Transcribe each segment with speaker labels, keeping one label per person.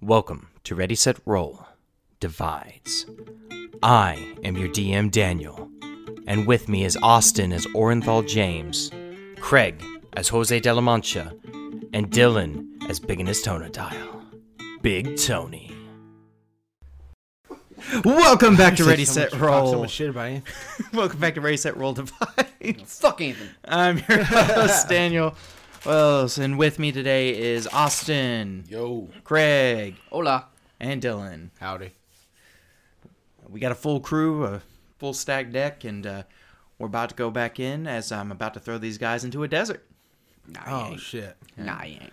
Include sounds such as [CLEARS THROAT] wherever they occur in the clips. Speaker 1: Welcome to Ready Set Roll Divides. I am your DM Daniel, and with me is Austin as Orenthal James, Craig as Jose de la Mancha, and Dylan as Big in his Tonadile. Big Tony. Welcome back to
Speaker 2: Say
Speaker 1: Ready
Speaker 2: so
Speaker 1: Set
Speaker 2: much- talk So
Speaker 1: Roll.
Speaker 2: much shit about it.
Speaker 1: [LAUGHS] Welcome back to Ready Set Roll Divides.
Speaker 2: [LAUGHS] Fuck Ethan.
Speaker 1: I'm
Speaker 2: [LAUGHS]
Speaker 1: your host Daniel Wells, and with me today is Austin,
Speaker 2: Yo.
Speaker 1: Craig,
Speaker 2: Hola.
Speaker 1: and Dylan.
Speaker 2: Howdy.
Speaker 1: we got a full crew, a full stack deck, and uh, we're about to go back in as I'm about to throw these guys into a desert.
Speaker 2: Oh shit.
Speaker 3: Nah, I ain't.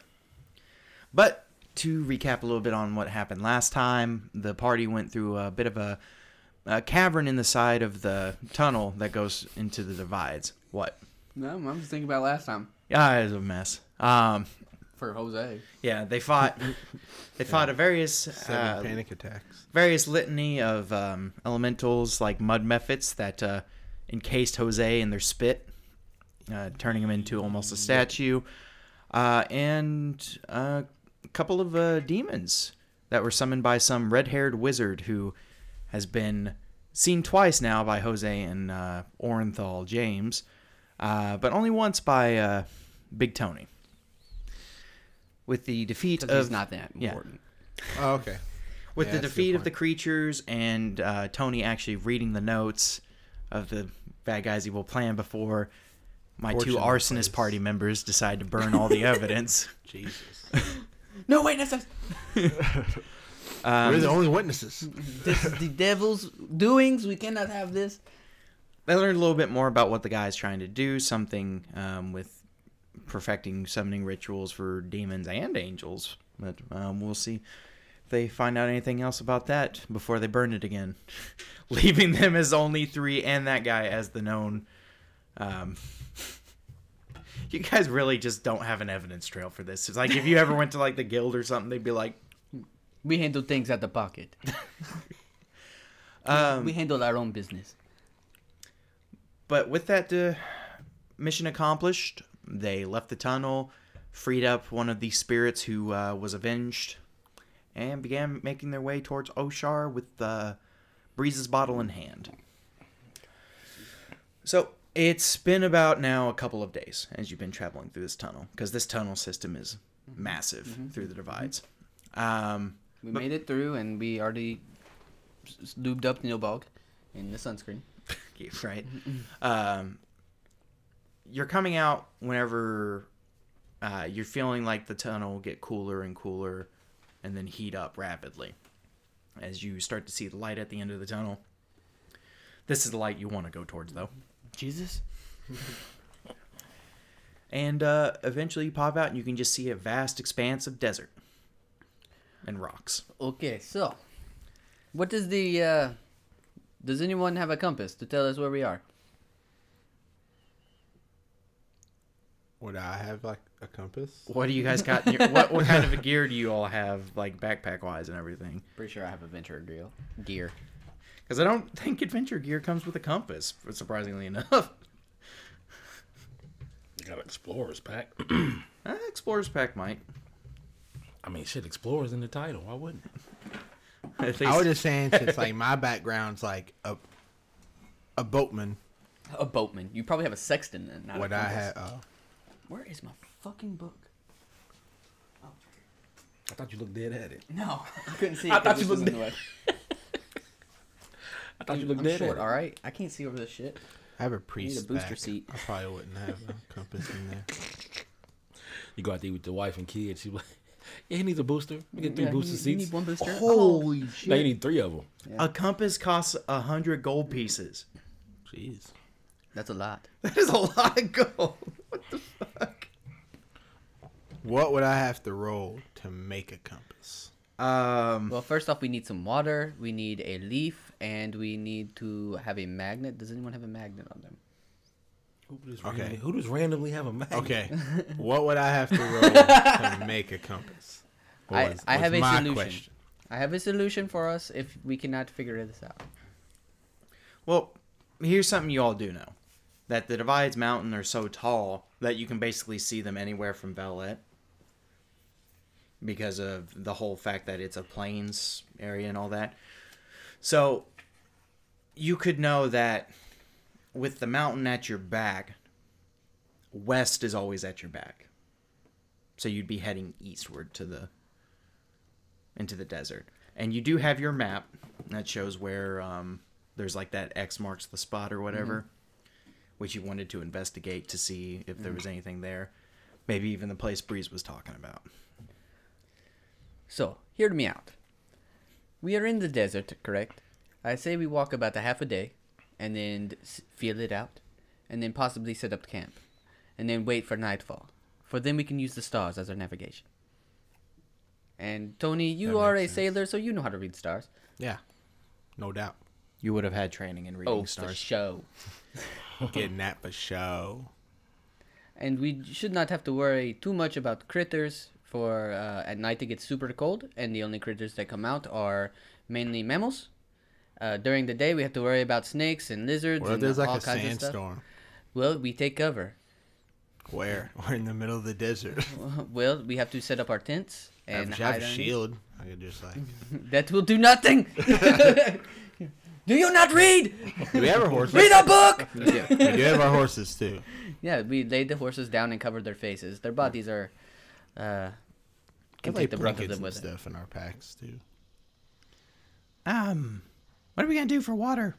Speaker 1: But to recap a little bit on what happened last time, the party went through a bit of a, a cavern in the side of the tunnel that goes into the divides. What?
Speaker 3: No, I'm just thinking about last time
Speaker 1: Yeah, it was a mess. Um,
Speaker 3: for Jose.
Speaker 1: yeah, they fought. They fought a various
Speaker 2: Seven
Speaker 1: uh,
Speaker 2: panic attacks.
Speaker 1: various litany of um, elementals like mud mephits that uh, encased Jose in their spit, uh, turning him into almost a statue, uh, and uh, a couple of uh, demons that were summoned by some red-haired wizard who has been seen twice now by Jose and uh, Orenthal James, uh, but only once by uh, Big Tony. With the defeat
Speaker 3: Because he's
Speaker 1: of
Speaker 3: not that
Speaker 1: yeah.
Speaker 3: important.
Speaker 2: Oh, okay.
Speaker 1: with
Speaker 2: Yeah,
Speaker 1: the
Speaker 2: that's a good
Speaker 1: defeat of
Speaker 2: point.
Speaker 1: the creatures and uh, Tony actually reading the notes of the bad guys' evil plan before my two
Speaker 2: Fortune
Speaker 1: arsonist party members decide to burn all
Speaker 2: [LAUGHS]
Speaker 1: the evidence.
Speaker 2: Jesus.
Speaker 3: No, wait, that's us.
Speaker 2: We're the only witnesses.
Speaker 3: This is the devil's doings. We cannot have this.
Speaker 1: I learned a little bit more about what the guy's trying to do, something um, with perfecting summoning rituals for demons and angels. But um, we'll see if they find out anything else about that before they burn it again, [LAUGHS] leaving them as only three and that guy as the known. Um, [LAUGHS] you guys really just don't have an evidence trail for this. It's like if you ever went to like the guild or something, they'd be like,
Speaker 3: We handle things at the pocket.
Speaker 1: um,
Speaker 3: we handle our own business.
Speaker 1: But with that uh, mission accomplished, they left the tunnel, freed up one of the spirits who uh, was avenged, and began making their way towards Oshar with uh, Breeze's bottle in hand. So it's been about now a couple of days as you've been traveling through this tunnel, because this tunnel system is massive through the divides. Um,
Speaker 3: We made it through, and we already s- s- lubed up Neil Bog in the sunscreen.
Speaker 1: you, [LAUGHS] right? Um, you're coming out whenever uh, you're feeling like the tunnel will get cooler and cooler and then heat up rapidly as you start to see the light at the end of the tunnel. This is the light you want to go towards, though.
Speaker 3: Jesus.
Speaker 1: And uh, eventually you pop out and you can just see a vast expanse of desert and rocks.
Speaker 3: Okay, so what is the? uh Does anyone have a compass to tell us where we are?
Speaker 2: Would I have like a compass?
Speaker 1: What do you guys got? in [LAUGHS] your- what, what kind of a gear do you all have, like backpack wise and everything?
Speaker 3: Pretty sure I have a venture drill gear.
Speaker 1: Because I don't think adventure gear comes with a compass, surprisingly enough.
Speaker 4: You got explorers pack.
Speaker 1: Uh, Explorer's Pack [LAUGHS] might.
Speaker 4: [CLEARS THROAT] I mean, shit, explorers in the title. Why wouldn't? it?
Speaker 1: At
Speaker 2: I
Speaker 1: least,
Speaker 2: was just saying since like my background's like a a boatman.
Speaker 3: A boatman. You probably have a sexton then. Not
Speaker 2: Would
Speaker 3: a
Speaker 2: I
Speaker 3: compass.
Speaker 2: have? Uh,
Speaker 3: Where is my fucking book?
Speaker 4: I thought you looked dead at it.
Speaker 3: No, [LAUGHS] I couldn't see.
Speaker 4: I
Speaker 3: it 'cause
Speaker 4: thought you
Speaker 3: this was
Speaker 4: looked
Speaker 3: in the way.
Speaker 4: I thought [LAUGHS] you looked
Speaker 3: I'm
Speaker 4: dead
Speaker 3: short,
Speaker 4: at
Speaker 3: all
Speaker 4: it.
Speaker 3: right? I can't see over this shit.
Speaker 2: I have a priest.
Speaker 3: booster
Speaker 2: back.
Speaker 3: seat.
Speaker 2: I probably wouldn't have a compass in there.
Speaker 4: You go out there with your wife and kids. She like, [LAUGHS] yeah, he needs a booster. We get three booster
Speaker 3: you,
Speaker 4: seats.
Speaker 3: You need one booster.
Speaker 1: holy
Speaker 4: Now you
Speaker 1: shit!
Speaker 4: need three of them.
Speaker 1: A compass costs a hundred gold pieces.
Speaker 2: Jeez.
Speaker 3: Oh, that's a lot.
Speaker 1: [LAUGHS] That is a lot of gold. What the fuck?
Speaker 2: What would I have to roll to make a compass?
Speaker 1: Um,
Speaker 3: Well, first off, we need some water. We need a leaf, and we need to have a magnet. Does anyone have a magnet on them?
Speaker 4: Who just
Speaker 2: Okay.
Speaker 4: randomly, who just randomly have a
Speaker 2: [LAUGHS]
Speaker 4: mag? [LAUGHS]
Speaker 2: Okay. what would I have to roll to make a compass?
Speaker 3: I- I have a
Speaker 2: my
Speaker 3: solution. I have a solution for us if we cannot figure this out.
Speaker 1: well, here's something you all do know: that the divides mountain are so tall that you can basically see them anywhere from Valette. because of the whole fact that it's a plains area and all that. So you could know that with the mountain at your back, west is always at your back. So you'd be heading eastward to the into the desert. And you do have your map that shows where um, there's like that X marks the spot or whatever, which you wanted to investigate to see if there was anything there. Maybe even the place Breeze was talking about.
Speaker 3: So, hear me out. We are in the desert, correct? I say we walk about a half a day, and then s- feel it out, and then possibly set up camp, and then wait for nightfall. For then we can use the stars as our navigation. And Tony, you
Speaker 2: That
Speaker 3: are a
Speaker 2: makes sense.
Speaker 3: sailor, so you know how to read stars.
Speaker 2: Yeah, no [LAUGHS] doubt.
Speaker 1: You would have had training in reading
Speaker 3: Oh, for
Speaker 1: stars.
Speaker 3: show.
Speaker 2: Getting that for show.
Speaker 3: And we should not have to worry too much about critters. For uh, at night it gets super cold, and the only critters that come out are mainly mammals. Uh, during the day we have to worry about snakes and lizards
Speaker 2: What if
Speaker 3: and
Speaker 2: there's
Speaker 3: all
Speaker 2: like a
Speaker 3: kinds of stuff.
Speaker 2: sandstorm?
Speaker 3: Well, we take cover. [LAUGHS]
Speaker 2: Where? [LAUGHS] We're in the middle of the [LAUGHS] desert.
Speaker 3: Well, we have to set up our tents
Speaker 2: I have,
Speaker 3: and
Speaker 2: I have
Speaker 3: hide
Speaker 2: a
Speaker 3: underneath.
Speaker 2: shield. I could just [LAUGHS] like.
Speaker 3: [LAUGHS] That will do nothing. [LAUGHS] do you not read?
Speaker 2: do we have our horses?
Speaker 3: Read a book. [LAUGHS]
Speaker 2: we do have our horses too.
Speaker 3: yeah, we laid the horses down and covered their faces. Their bodies are. Uh, can
Speaker 2: We have,
Speaker 3: take the
Speaker 2: like
Speaker 3: brunt of
Speaker 2: blankets
Speaker 3: them
Speaker 2: and
Speaker 3: with it.
Speaker 2: stuff in our packs too.
Speaker 1: Um, what are we gonna do for water?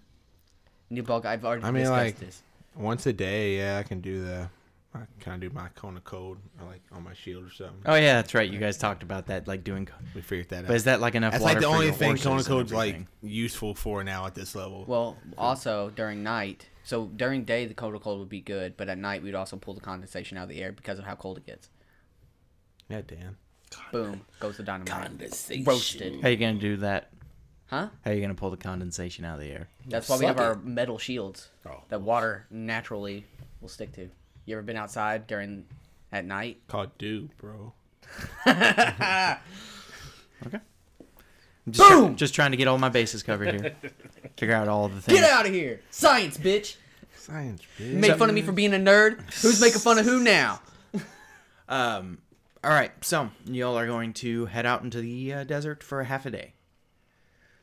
Speaker 3: Nubog, I've already
Speaker 2: I mean,
Speaker 3: discussed
Speaker 2: like-
Speaker 3: this.
Speaker 2: Once a day, yeah, I can do the. I kind of do my cone of cold, or like on my shield or something.
Speaker 1: Oh yeah, that's right. You guys talked about that, like doing.
Speaker 2: We figured that
Speaker 1: But
Speaker 2: out.
Speaker 1: is that like enough?
Speaker 2: That's
Speaker 1: water
Speaker 2: like the
Speaker 1: for
Speaker 2: only
Speaker 1: your
Speaker 2: thing
Speaker 1: horses
Speaker 2: cone
Speaker 1: and
Speaker 2: of cold's like
Speaker 1: everything?
Speaker 2: useful for now at this level.
Speaker 3: Well, also during night. So during day, the cold cold would be good, but at night we'd also pull the condensation out of the air because of how cold it gets.
Speaker 2: yeah, Dan.
Speaker 3: Boom goes the dynamite.
Speaker 4: Condensation.
Speaker 3: Roasted.
Speaker 1: How you gonna do that?
Speaker 3: Huh?
Speaker 1: How you gonna pull the condensation out of the air?
Speaker 3: That's why we
Speaker 4: Suck
Speaker 3: have our
Speaker 4: it.
Speaker 3: metal shields
Speaker 4: Oh.
Speaker 3: that water naturally will stick to. You ever been outside during at night?
Speaker 2: Called do, bro.
Speaker 1: Okay. I'm just
Speaker 3: Boom!
Speaker 1: try- just trying to get all my bases covered
Speaker 3: [LAUGHS]
Speaker 1: here. Figure out all the things.
Speaker 3: Get out of here, science, bitch!
Speaker 2: Science,
Speaker 3: You
Speaker 2: bitch.
Speaker 3: Make fun of me for being a nerd. Who's making fun of who now?
Speaker 1: Um. All right. So y'all are going to head out into the uh, desert for a half a day.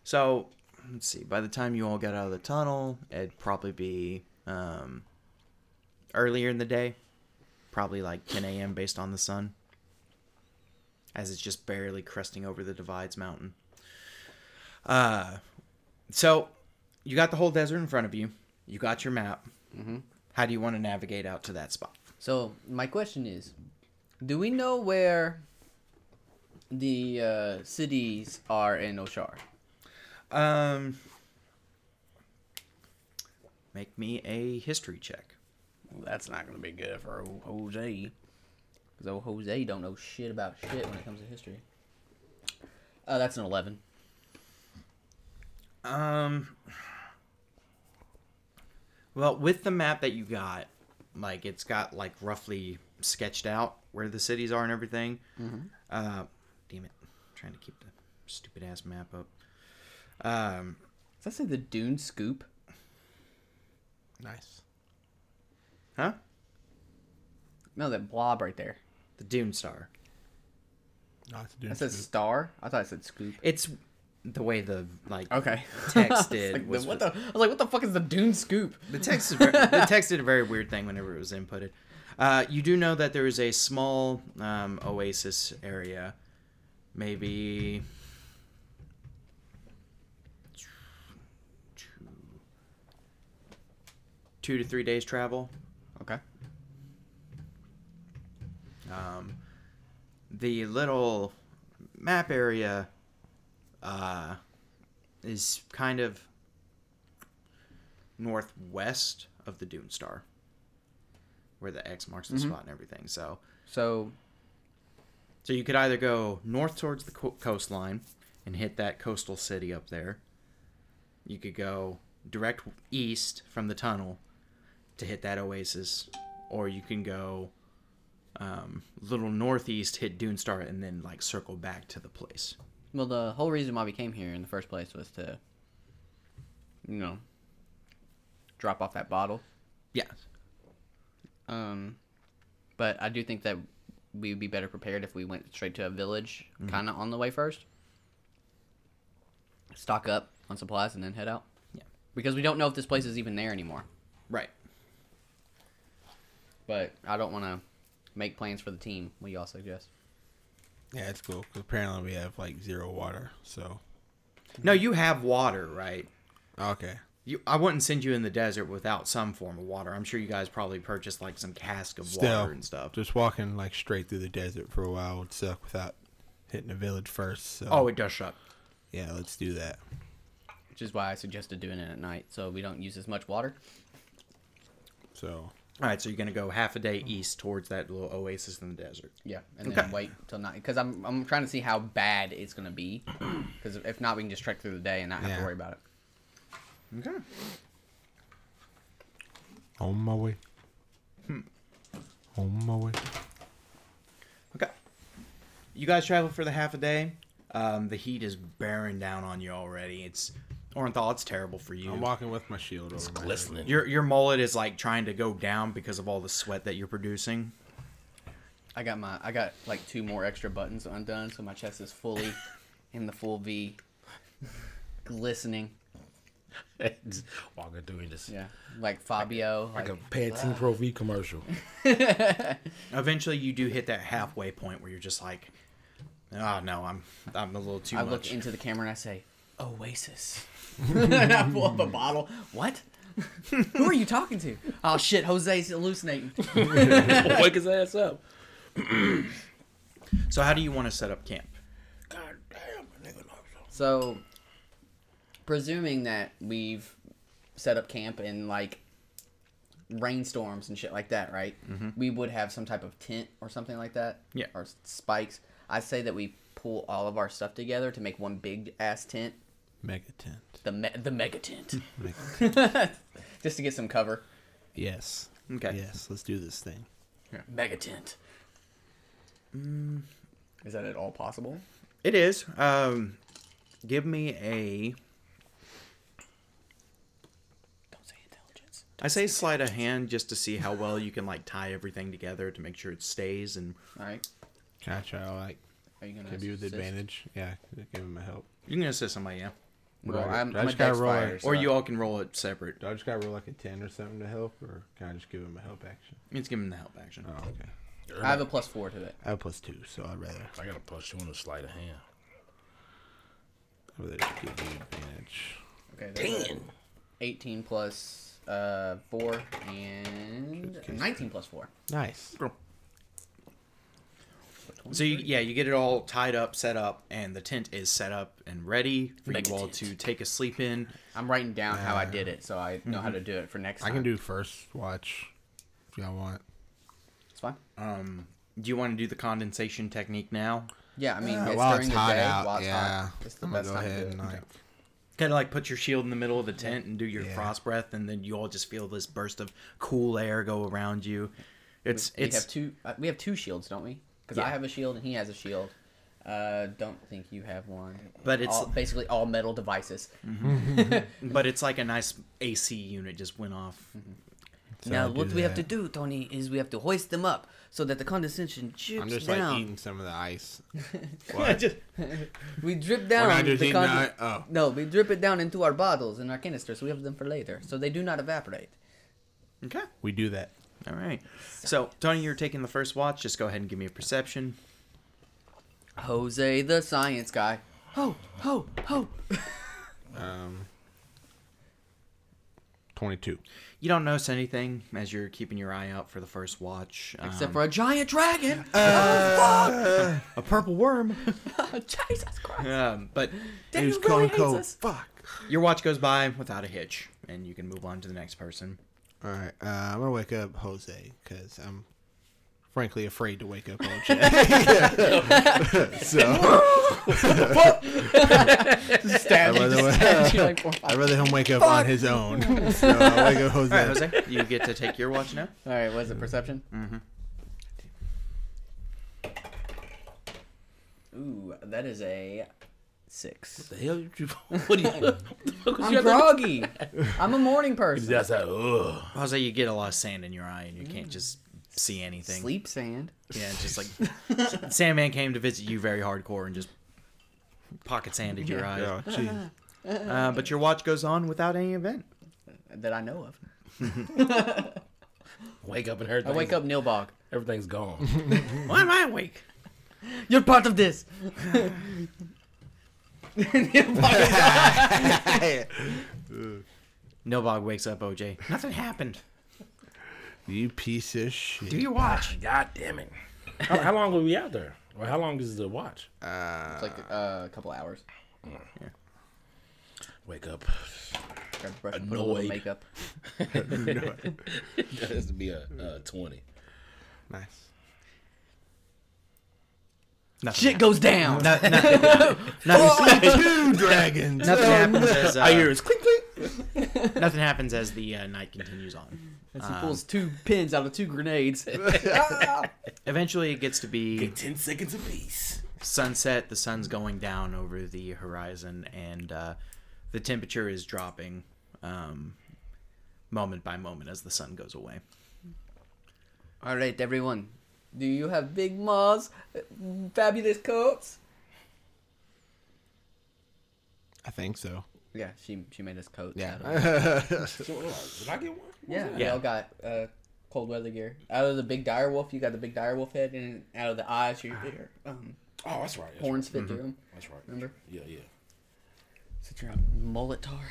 Speaker 1: So let's see. By the time you all get out of the tunnel, it'd probably be um, earlier in the day, probably like 10 a.m. based on the sun, as it's just barely cresting over the divides mountain. Uh, so you got the whole desert in front of you. You got your map. How do you want to navigate out to that spot?
Speaker 3: So my question is, do we know where the uh, cities are in Oshar?
Speaker 1: Um, make me a history check.
Speaker 3: Well, that's not gonna be good for old Jose, because old Jose don't know shit about shit when it comes to history. Uh, that's an eleven.
Speaker 1: Um, well, with the map that you got, like it's got like roughly sketched out where the cities are and everything. Uh, damn it, trying to keep the stupid ass map up. Um,
Speaker 3: Does that say the Dune Scoop?
Speaker 2: Nice.
Speaker 1: huh?
Speaker 3: No, that blob right there.
Speaker 1: The Dune Star.
Speaker 2: Not to do
Speaker 3: That says star. I thought it said scoop.
Speaker 1: It's the way the like
Speaker 3: Okay. [LAUGHS]
Speaker 1: text
Speaker 3: I was
Speaker 1: did
Speaker 3: like,
Speaker 1: was
Speaker 3: what the? I was like, what the fuck is the Dune Scoop?
Speaker 1: The text is ver the text did a very weird thing whenever it was inputted. Uh, you do know that there is a small um, oasis area, maybe two, two to three days travel.
Speaker 3: Okay.
Speaker 1: Um, the little map area uh, is kind of northwest of the Dune Star, where the X marks the spot and everything. So,
Speaker 3: So
Speaker 1: so you could either go north towards the co- coastline and hit that coastal city up there. You could go direct east from the tunnel to hit that oasis, or you can go um, little northeast, hit Dune Star, and then like circle back to the place.
Speaker 3: Well, the whole reason why we came here in the first place was to, you know, drop off that bottle.
Speaker 1: Yeah.
Speaker 3: Um, but I do think that we would be better prepared if we went straight to a village, kind of on the way first. Stock up on supplies and then head out.
Speaker 1: Yeah.
Speaker 3: Because we don't know if this place is even there anymore.
Speaker 1: Right.
Speaker 3: But I don't want to make plans for the team. What do y'all suggest?
Speaker 2: Yeah, it's cool. 'cause apparently we have like zero water. So
Speaker 1: No, you have water, right?
Speaker 2: okay.
Speaker 1: You, I wouldn't send you in the desert without some form of water. I'm sure you guys probably purchased like some cask of
Speaker 2: Still,
Speaker 1: water and stuff.
Speaker 2: just walking like straight through the desert for a while would suck without hitting a village first. So
Speaker 1: Oh, it does suck.
Speaker 2: yeah, let's do that.
Speaker 3: Which is why I suggested doing it at night, so we don't use as much water.
Speaker 2: So
Speaker 1: All right, so you're gonna go half a day east towards that little oasis in the desert.
Speaker 3: Yeah, and then
Speaker 1: Okay.
Speaker 3: wait till night because I'm I'm trying to see how bad it's gonna be. Because if not, we can just trek through the day and not have
Speaker 2: Yeah.
Speaker 3: to worry about it.
Speaker 1: Okay.
Speaker 2: on my way.
Speaker 1: Hmm.
Speaker 2: On my way.
Speaker 1: Okay. You guys travel for the half a day. Um, the heat is bearing down on you already. It's Orenthal, it's terrible for you.
Speaker 2: I'm walking with my shield. It's
Speaker 4: Glistening.
Speaker 1: Your your mullet is like trying to go down because of all the sweat that you're producing.
Speaker 3: I got my I got like two more extra buttons undone, so my chest is fully in the full V, glistening.
Speaker 4: [LAUGHS] Just Walking through and just
Speaker 3: Yeah, like Fabio.
Speaker 4: like
Speaker 3: Like,
Speaker 4: a Pantene Pro V [LAUGHS] commercial.
Speaker 1: Eventually, you do hit that halfway point where you're just like, oh no, I'm I'm a little too
Speaker 3: I look
Speaker 1: much.
Speaker 3: into the camera and I say, "Oasis," and I pull up a bottle. What? Who are you talking to? Oh shit, Jose's hallucinating.
Speaker 4: Wake his ass up.
Speaker 1: so how do you want to set up camp?
Speaker 4: God damn, my nigga knows something.
Speaker 3: So, presuming that we've set up camp in like rainstorms and shit like that, right? We would have some type of tent or something like that.
Speaker 1: Yeah.
Speaker 3: Or s- spikes. I say that we pull all of our stuff together to make one big ass tent,
Speaker 2: Mega tent.
Speaker 3: the me- the mega tent, [LAUGHS]
Speaker 2: Mega
Speaker 1: [LAUGHS]
Speaker 2: tent.
Speaker 3: just to get some cover.
Speaker 2: yes.
Speaker 1: Okay.
Speaker 2: Yes. Let's do this thing.
Speaker 3: Mega tent. Mm. Is that at all possible?
Speaker 1: It is. Um, give me a.
Speaker 3: Don't say intelligence.
Speaker 1: I say sleight of hand just to see how well you can like tie everything together to make sure it stays and
Speaker 3: All right.
Speaker 2: Can I try like
Speaker 3: Are you gonna
Speaker 2: maybe with
Speaker 3: assist?
Speaker 2: advantage? Yeah, give him a help.
Speaker 1: you can assist somebody, yeah.
Speaker 3: Well,
Speaker 2: Right.
Speaker 3: I'm,
Speaker 2: I
Speaker 3: I'm a
Speaker 2: just gotta
Speaker 3: dex
Speaker 2: roll
Speaker 3: fighter,
Speaker 2: it.
Speaker 3: so
Speaker 1: Or you all can roll it separate.
Speaker 2: Do I just gotta roll like a ten or something to help, or can I just give him a help action?
Speaker 1: Let's give him the help action.
Speaker 2: Oh, okay.
Speaker 3: I have a plus four to it.
Speaker 2: I have plus two, so I'd rather
Speaker 4: I got a plus two on the sleight of hand.
Speaker 2: I'd rather just give you advantage.
Speaker 3: Okay. there's a 18 plus uh, 4 and 19 plus 4.
Speaker 2: Nice.
Speaker 1: So you, yeah, you get it all tied up, set up, and the tent is set up and ready for
Speaker 3: Mega
Speaker 1: you all
Speaker 3: tent.
Speaker 1: to take a sleep in.
Speaker 3: I'm writing down how I did it so I know how to do it for next
Speaker 2: Mm-hmm. I
Speaker 3: time.
Speaker 2: can do first watch if y'all want.
Speaker 3: It's fine.
Speaker 1: Um, do you want to do the condensation technique now?
Speaker 3: Yeah, I mean,
Speaker 2: Yeah,
Speaker 3: it's
Speaker 2: Uh, while
Speaker 3: during
Speaker 2: it's
Speaker 3: the
Speaker 2: hot
Speaker 3: day,
Speaker 2: out,
Speaker 3: while it's
Speaker 2: yeah.
Speaker 3: hot. It's the
Speaker 2: I'm gonna
Speaker 3: best
Speaker 2: go
Speaker 3: time
Speaker 2: ahead
Speaker 3: to
Speaker 2: and
Speaker 3: do it.
Speaker 2: like
Speaker 1: Kind of like put your shield in the middle of the tent and do your
Speaker 2: Yeah.
Speaker 1: frost breath, and then you all just feel this burst of cool air go around you. It's
Speaker 3: We
Speaker 1: it's
Speaker 3: have two. Uh, we have two shields, don't we? Because I
Speaker 1: Yeah.
Speaker 3: have a shield and he has a shield. Uh, don't think you have one.
Speaker 1: But it's-
Speaker 3: all, basically all metal devices.
Speaker 2: Mm.
Speaker 1: but it's like a nice AC unit just went off.
Speaker 2: so
Speaker 3: now
Speaker 2: I
Speaker 3: what we have to
Speaker 2: that.
Speaker 3: do, Tony, is we have to hoist them up so that the condensation drips
Speaker 2: I'm just
Speaker 3: down.
Speaker 2: like eating some of the
Speaker 3: [LAUGHS]
Speaker 2: ice.
Speaker 1: I just-
Speaker 3: We drip down
Speaker 2: not just
Speaker 3: the
Speaker 2: eating
Speaker 3: condi-
Speaker 2: it, oh.
Speaker 3: No, we drip it down into our bottles and our canisters. We have them for later, so they do not evaporate.
Speaker 1: okay,
Speaker 2: We do that.
Speaker 1: all right. So Tony, you're taking the first watch. Just go ahead and give me a perception.
Speaker 3: Jose, the science guy. Ho, ho, ho.
Speaker 2: Um, twenty-two.
Speaker 1: You don't notice anything as you're keeping your eye out for the first watch,
Speaker 3: Except
Speaker 1: um,
Speaker 3: for a giant dragon.
Speaker 4: Uh,
Speaker 1: a purple worm.
Speaker 3: [LAUGHS] Jesus
Speaker 1: [LAUGHS]
Speaker 3: Christ.
Speaker 1: Um, but
Speaker 3: Daniel really hates us.
Speaker 2: Fuck.
Speaker 1: your watch goes by without a hitch, and you can move on to the next person.
Speaker 2: All right, uh, I'm gonna wake up Jose because I'm frankly afraid to wake up old [LAUGHS] Jack. [LAUGHS] so [LAUGHS]
Speaker 3: Stab
Speaker 2: By
Speaker 3: you,
Speaker 2: the
Speaker 3: [LAUGHS] just
Speaker 2: way-
Speaker 3: stab
Speaker 4: [LAUGHS]
Speaker 3: you like four or five.
Speaker 2: I'd rather him wake up on his own. So I wake up Jose.
Speaker 1: All right, [LAUGHS] Jose, you get to take your watch now.
Speaker 3: All right, what's the perception? Mm-hmm. Ooh, that is a six.
Speaker 4: The hell you? [LAUGHS] What are you? what the fuck was you
Speaker 3: I'm
Speaker 4: out there-
Speaker 3: groggy.
Speaker 4: [LAUGHS]
Speaker 3: I'm a morning person.
Speaker 4: That's like, uh, ugh.
Speaker 1: Mm. Jose, you get a lot of sand in your eye, and you can't just see anything.
Speaker 3: Sleep sand.
Speaker 1: Yeah, just like [LAUGHS] Sandman came to visit you very hardcore and just pocket sanded your eyes.
Speaker 2: Yeah, gee.
Speaker 1: Uh, but your watch goes on without any event.
Speaker 3: That I know of.
Speaker 4: Wake up and
Speaker 3: I
Speaker 4: everything.
Speaker 3: wake up Nilbog.
Speaker 4: Everything's gone.
Speaker 1: Mm-hmm. Why am I awake?
Speaker 3: You're part of this. Nilbog is-
Speaker 2: Oh, [LAUGHS]
Speaker 1: Nobog wakes up, OJ. Nothing happened.
Speaker 2: you piece of
Speaker 1: Do
Speaker 2: shit.
Speaker 1: your watch.
Speaker 4: Ah, God damn it. How, how long were we out there? Or how long is the watch?
Speaker 3: it's like uh, a couple hours.
Speaker 4: Wake [LAUGHS] up.
Speaker 3: Grab the brush and put a little
Speaker 4: Annoyed.
Speaker 3: makeup.
Speaker 4: That has to be a, a 20.
Speaker 2: Nice.
Speaker 1: Nothing
Speaker 3: Shit goes down. [LAUGHS]
Speaker 1: No, no,
Speaker 4: [LAUGHS] Oh,
Speaker 1: nothing,
Speaker 2: Two dragons.
Speaker 1: nothing happens as uh,
Speaker 4: it's clink clink.
Speaker 1: nothing happens as the uh, night continues on.
Speaker 3: As he pulls two pins out of two grenades. Ah!
Speaker 1: Eventually, it gets to be
Speaker 4: 10 seconds apiece.
Speaker 1: sunset. The sun's going down over the horizon, and uh, the temperature is dropping um, moment by moment as the sun goes away.
Speaker 3: All right, everyone. Do you have big maws, uh, fabulous coats?
Speaker 2: I think [LAUGHS] so. Uh,
Speaker 3: Yeah, she she made us coats. out of-
Speaker 2: Yeah.
Speaker 4: So, hold on. did I get one?
Speaker 3: yeah.
Speaker 1: Yeah.
Speaker 3: We all got uh, cold weather gear. Out of the big dire wolf, you got the big dire wolf head, and out of the eyes, your, your um,
Speaker 4: Oh, that's right. That's right.
Speaker 3: horns fit through 'em.
Speaker 4: That's right.
Speaker 3: Remember?
Speaker 4: Yeah, yeah.
Speaker 3: Such a mullet tar.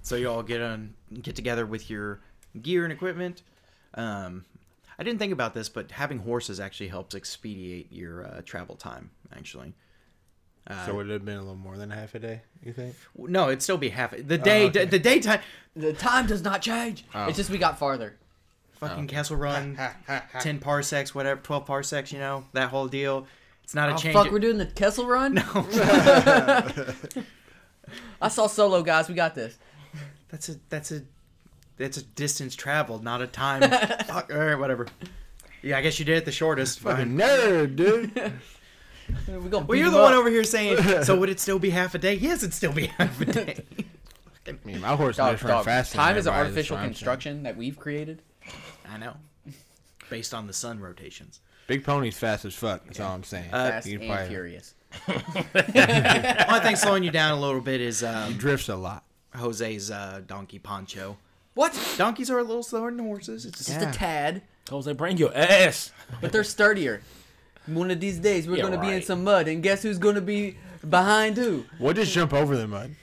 Speaker 1: So you all get on, get together with your gear and equipment. Um, I didn't think about this, but having horses actually helps expedite your uh, travel time. Actually,
Speaker 2: so would it have been a little more than half a day, you think?
Speaker 1: no, it'd still be half the day.
Speaker 3: Oh,
Speaker 1: the daytime,
Speaker 3: The time does not change. It's just we got farther.
Speaker 1: fucking
Speaker 3: Oh.
Speaker 1: Castle
Speaker 3: [LAUGHS]
Speaker 1: Run, ten parsecs, whatever, twelve parsecs. You know that whole deal. It's not a
Speaker 3: Oh
Speaker 1: change.
Speaker 3: fuck, we're doing the Kessel Run. No. [LAUGHS] I saw Solo, guys. We got this.
Speaker 1: That's a that's a that's a distance traveled, not a
Speaker 3: [LAUGHS]
Speaker 1: time. Fuck, all right, whatever. Yeah, I guess you did it the shortest. Fine.
Speaker 2: nerd, [LAUGHS] dude.
Speaker 3: We're gonna
Speaker 1: Well,
Speaker 3: beat
Speaker 1: you're
Speaker 3: 'em
Speaker 1: the one
Speaker 3: up.
Speaker 1: over here saying. So would it still be half a day? Yes, it'd still
Speaker 3: [LAUGHS]
Speaker 1: be half a day.
Speaker 2: I mean, my horse
Speaker 3: Dog,
Speaker 2: knows run
Speaker 3: dog.
Speaker 2: faster.
Speaker 3: Time is an artificial construction that we've created.
Speaker 1: I know, based on the sun rotations.
Speaker 2: Big pony's fast as fuck. That's all I'm saying.
Speaker 3: Fast
Speaker 2: You
Speaker 3: and
Speaker 2: probably-
Speaker 3: furious.
Speaker 1: Only thing slowing you down a little bit is um,
Speaker 2: Drifts a lot.
Speaker 1: Jose's uh, donkey poncho.
Speaker 3: What?
Speaker 1: Donkeys are a little slower than horses. It's just
Speaker 3: Just a tad,
Speaker 4: Jose, bring your [LAUGHS] ass.
Speaker 3: but they're sturdier. One of these days, we're
Speaker 4: Yeah,
Speaker 3: gonna be in
Speaker 4: right.
Speaker 3: some mud, and guess who's gonna be behind who?
Speaker 2: We'll just jump over the mud.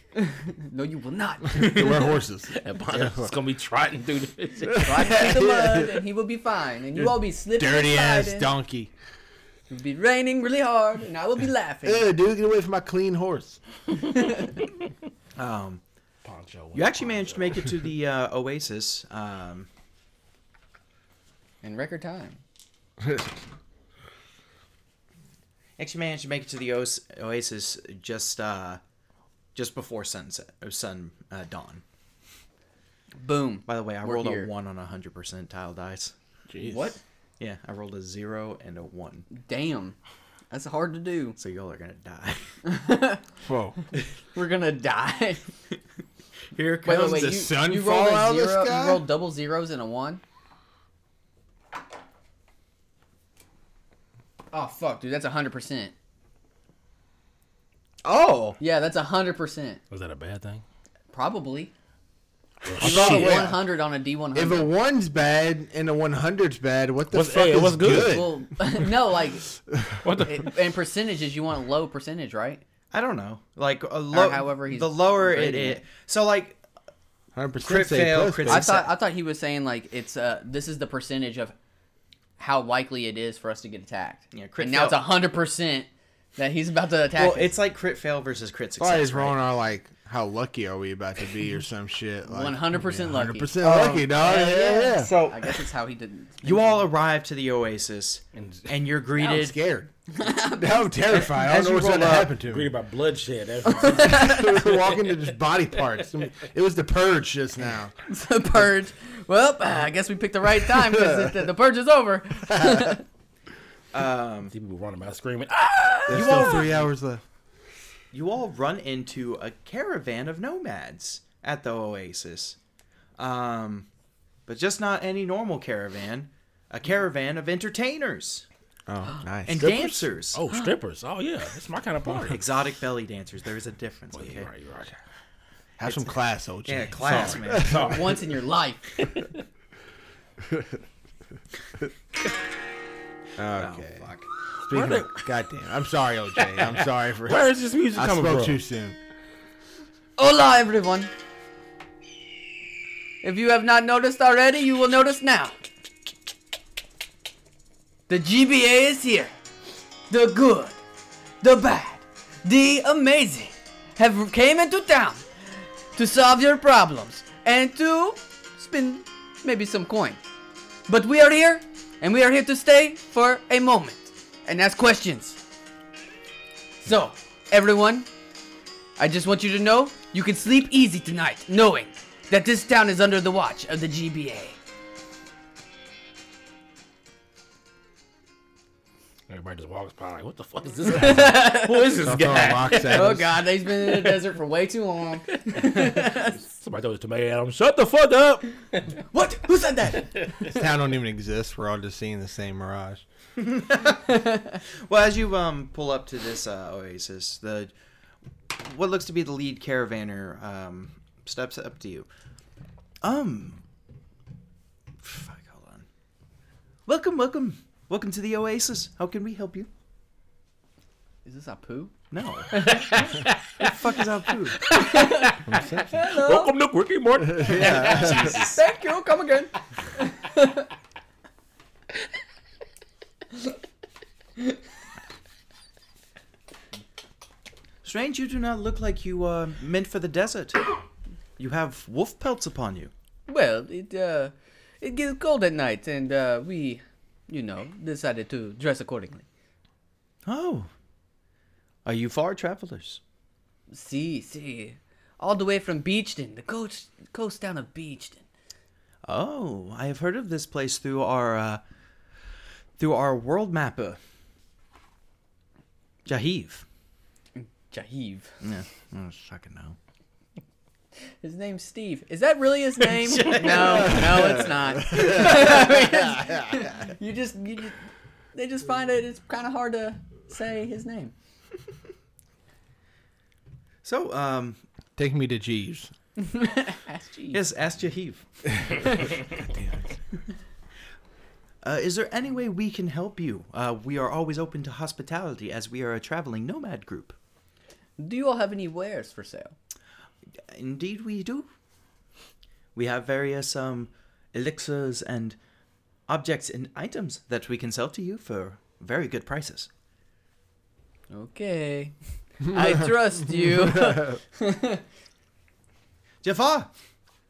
Speaker 3: No, you will not. [LAUGHS]
Speaker 2: We're horses.
Speaker 4: And Bonner's going to be trotting through this.
Speaker 3: Ride through the mud, and he will be fine, and you all be slipping. and
Speaker 2: Dirty ass
Speaker 3: sliding.
Speaker 2: donkey.
Speaker 3: It'll be raining really hard, and I will be
Speaker 2: [LAUGHS]
Speaker 3: laughing.
Speaker 2: Ew, dude, get away from my clean horse.
Speaker 1: um,
Speaker 4: [LAUGHS] Poncho.
Speaker 1: you actually managed to make it to the uh, oasis. Um,
Speaker 3: In record time.
Speaker 1: Actually managed to make it to the Oas- Oasis just uh, just before sunset or sun uh, dawn.
Speaker 3: Boom.
Speaker 1: By the way, I
Speaker 3: We're
Speaker 1: rolled
Speaker 3: here.
Speaker 1: a one on a hundred percent tile dice.
Speaker 2: Jeez.
Speaker 3: What?
Speaker 1: Yeah, I rolled a zero and a one,
Speaker 3: Damn. That's hard to do.
Speaker 1: so y'all are gonna die. [LAUGHS]
Speaker 2: Whoa.
Speaker 3: We're gonna die. [LAUGHS]
Speaker 1: Here
Speaker 3: wait,
Speaker 1: comes
Speaker 3: wait, wait.
Speaker 2: the
Speaker 3: you,
Speaker 2: sun
Speaker 3: you rolled
Speaker 2: fall
Speaker 3: a
Speaker 2: out of the
Speaker 3: zero,
Speaker 2: sky?
Speaker 3: You rolled double zeros and a one? Oh, fuck, dude. That's 100%.
Speaker 1: oh,
Speaker 3: Yeah, that's 100%.
Speaker 4: Was that a bad thing? [LAUGHS]
Speaker 3: Probably.
Speaker 2: Shit.
Speaker 3: Roll a 100 on a D100.
Speaker 2: If a one's bad and a 100's bad, what the
Speaker 4: What's-
Speaker 2: fuck
Speaker 4: hey,
Speaker 2: is
Speaker 4: what's good?
Speaker 2: good?
Speaker 3: well, [LAUGHS] no, like,
Speaker 4: What the?
Speaker 3: it, and percentages, you want a low percentage, right?
Speaker 1: I don't know. Like a low,
Speaker 3: however he's
Speaker 1: the lower it,
Speaker 3: rating
Speaker 1: it.
Speaker 3: it.
Speaker 1: So like
Speaker 2: 100%
Speaker 1: Crit
Speaker 2: say
Speaker 1: fail,
Speaker 2: plus,
Speaker 1: crit
Speaker 2: baby.
Speaker 3: I
Speaker 1: It's
Speaker 3: thought I thought he was saying like it's uh this is the percentage of how likely it is for us to get attacked.
Speaker 1: Yeah, crit
Speaker 3: and now it's
Speaker 1: fail.
Speaker 3: it's hundred percent that he's about to attack.
Speaker 1: well, it's like crit fail versus crit
Speaker 2: Probably
Speaker 1: success.
Speaker 2: is wrong
Speaker 1: Right?
Speaker 2: on like how lucky are we about to be or some shit. Like
Speaker 3: 100% lucky.
Speaker 2: 100% lucky, dog. Yeah, Oh, yeah.
Speaker 3: So I guess it's how he did.
Speaker 1: You all arrive to the Oasis,
Speaker 4: And-
Speaker 1: and [LAUGHS] you're
Speaker 2: I'm
Speaker 1: greeted.
Speaker 2: scared. now I'm terrified. I
Speaker 1: As
Speaker 2: don't know
Speaker 1: you
Speaker 2: what's going to
Speaker 1: roll up-
Speaker 2: happen to
Speaker 4: Greed
Speaker 2: me.
Speaker 4: about bloodshed. That's
Speaker 2: We're walking to just body [LAUGHS] parts. It was the purge just now.
Speaker 3: the purge. Well, I guess we picked the right time because the, the purge is over.
Speaker 4: people running about screaming. Ah!
Speaker 2: There's still three hours left.
Speaker 1: you all run into a caravan of nomads at the oasis um, but just not any normal caravan a caravan of entertainers
Speaker 2: Oh, nice.
Speaker 1: and
Speaker 4: Strippers?
Speaker 1: dancers.
Speaker 4: Oh, strippers. Oh yeah, that's my kind of party.
Speaker 1: Exotic belly dancers. There is a difference.
Speaker 4: [LAUGHS] Yeah,
Speaker 1: Okay.
Speaker 4: you're right, you're right.
Speaker 2: Have some class, OJ.
Speaker 1: Yeah, class,
Speaker 2: Sorry.
Speaker 1: man.
Speaker 3: Once in your life.
Speaker 2: Okay.
Speaker 1: Oh, fuck.
Speaker 2: Speaking of, [LAUGHS] goddamn, I'm sorry, OJ. I'm sorry for.
Speaker 4: Where is this music
Speaker 2: I
Speaker 4: coming
Speaker 2: spoke
Speaker 4: from?
Speaker 2: too [LAUGHS] soon.
Speaker 3: Hola, everyone. If you have not noticed already, you will notice now. The GBA is here. The good, the bad, the amazing have came into town to solve your problems and to spin maybe some coin. But we are here, and we are here to stay for a moment and ask questions. So, everyone, I just want you to know you can sleep easy tonight, knowing that this town is under the watch of the GBA. [LAUGHS]
Speaker 4: Everybody just walks by like, what the fuck is [LAUGHS] this guy? Who is this
Speaker 2: Don't throw
Speaker 4: guy?
Speaker 2: rocks at
Speaker 3: [LAUGHS] Oh
Speaker 2: us.
Speaker 3: god, they've been in the desert for way too long.
Speaker 4: Somebody throws a tomato at him. Shut the fuck up.
Speaker 3: [LAUGHS] What? Who said that?
Speaker 2: This town don't even exist. We're all just seeing the same mirage.
Speaker 1: Well, as you um pull up to this uh, oasis, the what looks to be the lead caravaner um steps up to you. Um. Fuck. Hold on. Welcome, welcome, welcome to the oasis. How can we help you?
Speaker 3: Is this a poo?
Speaker 1: No. what the fuck is that food?
Speaker 4: Welcome to Quickie [LAUGHS]
Speaker 3: [LAUGHS]
Speaker 4: Morton.
Speaker 3: Thank you, come again.
Speaker 1: Strange, you do not look like you uh, meant for the desert. You have wolf pelts upon you.
Speaker 3: Well, it uh it gets cold at night and uh we you know, decided to dress accordingly.
Speaker 1: Oh. Are you far travelers?
Speaker 3: See, see. All the way from Beachton, the coast coast town of Beachton.
Speaker 1: Oh, I have heard of this place through our uh, through our world mapper. Jahiv.
Speaker 3: Jahiv.
Speaker 1: Yeah, I don't fucking know.
Speaker 3: His name's Steve. Is that
Speaker 1: [LAUGHS]
Speaker 3: really his name? no, [LAUGHS] no, it's not. I mean, you, just, you just, they just find it. It's kind of hard to say his name.
Speaker 1: So, um,
Speaker 2: Take me to Jeeves.
Speaker 3: Ask Jeeves.
Speaker 1: yes, ask [LAUGHS] Jahiv. uh, is there any way we can help you? Uh, we are always open to hospitality, as we are a traveling nomad group.
Speaker 3: Do you all have any wares for sale?
Speaker 1: Indeed, we do. We have various um, elixirs and objects and items that we can sell to you for very good prices.
Speaker 3: Okay, I trust you.
Speaker 1: Jafar,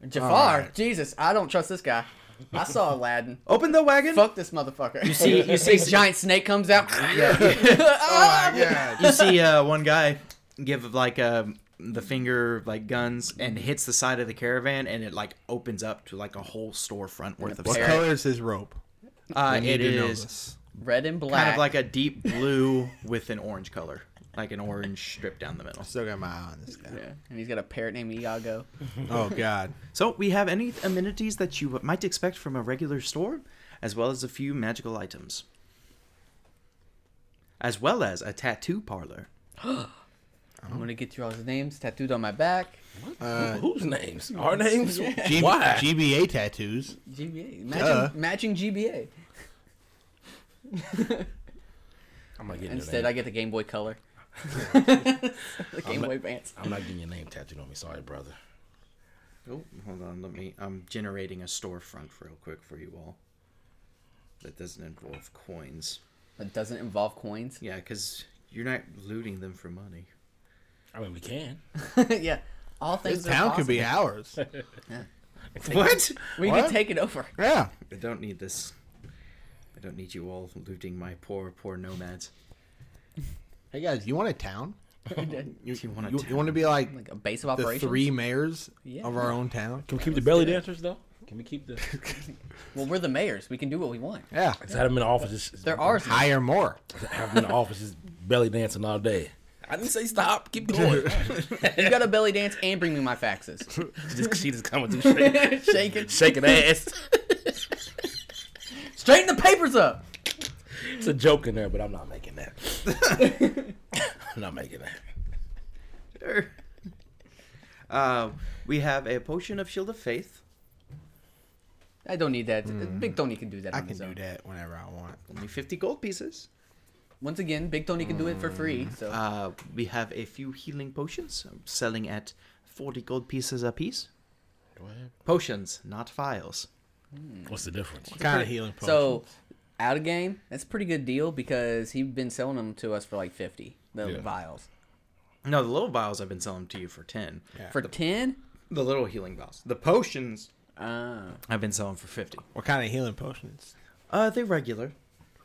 Speaker 3: Jafar, Jesus, I don't trust this guy. I saw
Speaker 1: [LAUGHS]
Speaker 3: Aladdin.
Speaker 1: open the wagon.
Speaker 3: Fuck this motherfucker. You
Speaker 1: see-
Speaker 3: [LAUGHS]
Speaker 1: you see-
Speaker 3: giant snake
Speaker 1: [LAUGHS]
Speaker 3: comes out. [LAUGHS]
Speaker 1: You see uh, one guy give like um the finger like guns and hits the side of the caravan, and it like opens up to like a whole storefront worth of
Speaker 2: What
Speaker 1: stuff.
Speaker 2: color is his rope?
Speaker 1: Uh,
Speaker 2: We
Speaker 1: it
Speaker 2: need to know
Speaker 1: is
Speaker 2: this.
Speaker 3: Red and black.
Speaker 1: kind of like a deep blue with an orange color, like an orange strip down the middle.
Speaker 2: Still got my eye on this guy.
Speaker 3: Yeah. And he's got a parrot named Iago.
Speaker 2: Oh [LAUGHS] God.
Speaker 1: So we have any amenities that you might expect from a regular store, as well as a few magical items, as well as a tattoo parlor.
Speaker 3: I'm gonna get you all his names tattooed on my back.
Speaker 2: Uh,
Speaker 4: Whose names? Our names?
Speaker 2: G-
Speaker 4: Why?
Speaker 2: GBA tattoos.
Speaker 3: GBA.
Speaker 2: Duh.
Speaker 3: Matching, matching GBA.
Speaker 4: I'm not getting
Speaker 3: Instead, I
Speaker 4: your name.
Speaker 3: get the Game Boy Color. the Game
Speaker 4: not-
Speaker 3: Boy Advance.
Speaker 4: I'm not getting your name tattooed on me. Sorry, brother.
Speaker 1: Oh, hold on. Let me. I'm generating a storefront real quick for you all. That doesn't involve coins.
Speaker 3: It doesn't involve coins.
Speaker 1: Yeah, because you're not looting them for money.
Speaker 4: I mean, we can.
Speaker 3: [LAUGHS] yeah. All things
Speaker 2: This
Speaker 3: are
Speaker 2: town could be
Speaker 3: possible.
Speaker 2: ours.
Speaker 1: [LAUGHS] What?
Speaker 3: We
Speaker 2: What?
Speaker 3: could take it over. [LAUGHS]
Speaker 2: yeah.
Speaker 1: I don't need this. I don't need you all looting my poor, poor nomads.
Speaker 2: Hey guys, you want a town?
Speaker 1: You, want
Speaker 2: You, you want to be like
Speaker 3: Like a base of
Speaker 2: Oh. the
Speaker 3: operations.
Speaker 2: three mayors
Speaker 3: Yeah.
Speaker 2: of our own town?
Speaker 4: Can we keep the belly dancers though? Can we [LAUGHS] keep the?
Speaker 3: Well, we're the mayors. We can do what we want.
Speaker 2: Yeah.
Speaker 4: Just have them in the offices.
Speaker 3: There are some-
Speaker 2: Hire more.
Speaker 4: Have them in the offices belly dancing all day. I didn't say stop. Keep [LAUGHS] going.
Speaker 3: You got to belly dance and bring me
Speaker 2: [LAUGHS]
Speaker 3: my faxes.
Speaker 4: she, just, she just coming through shaking,
Speaker 3: Shaking.
Speaker 4: shaking ass.
Speaker 3: Straighten the papers up.
Speaker 4: It's a joke in there, but I'm not making that. [LAUGHS] I'm not making that.
Speaker 1: Sure. Uh, we have a potion of shield of faith.
Speaker 3: I don't need that. Big Tony can do that.
Speaker 2: Mm-hmm. I
Speaker 3: on
Speaker 2: can
Speaker 3: his
Speaker 2: do
Speaker 3: own.
Speaker 2: that whenever I want.
Speaker 1: Only fifty gold pieces.
Speaker 3: Once again, Big Tony can do it for free. So
Speaker 2: Ah.
Speaker 1: Uh, we have a few healing potions um, selling at forty gold pieces apiece. Potions, not vials.
Speaker 4: What's the difference?
Speaker 2: What kind of healing potion?
Speaker 3: so out of game, that's a pretty good deal because he's been selling them to us for like fifty the
Speaker 4: Yeah.
Speaker 3: vials
Speaker 1: No, the little vials I've been selling to you for ten.
Speaker 2: Yeah.
Speaker 3: for ten.
Speaker 1: The little healing vials. The potions
Speaker 3: Oh.
Speaker 1: I've been selling for fifty.
Speaker 2: what kind of healing potions?
Speaker 1: Uh, they're regular.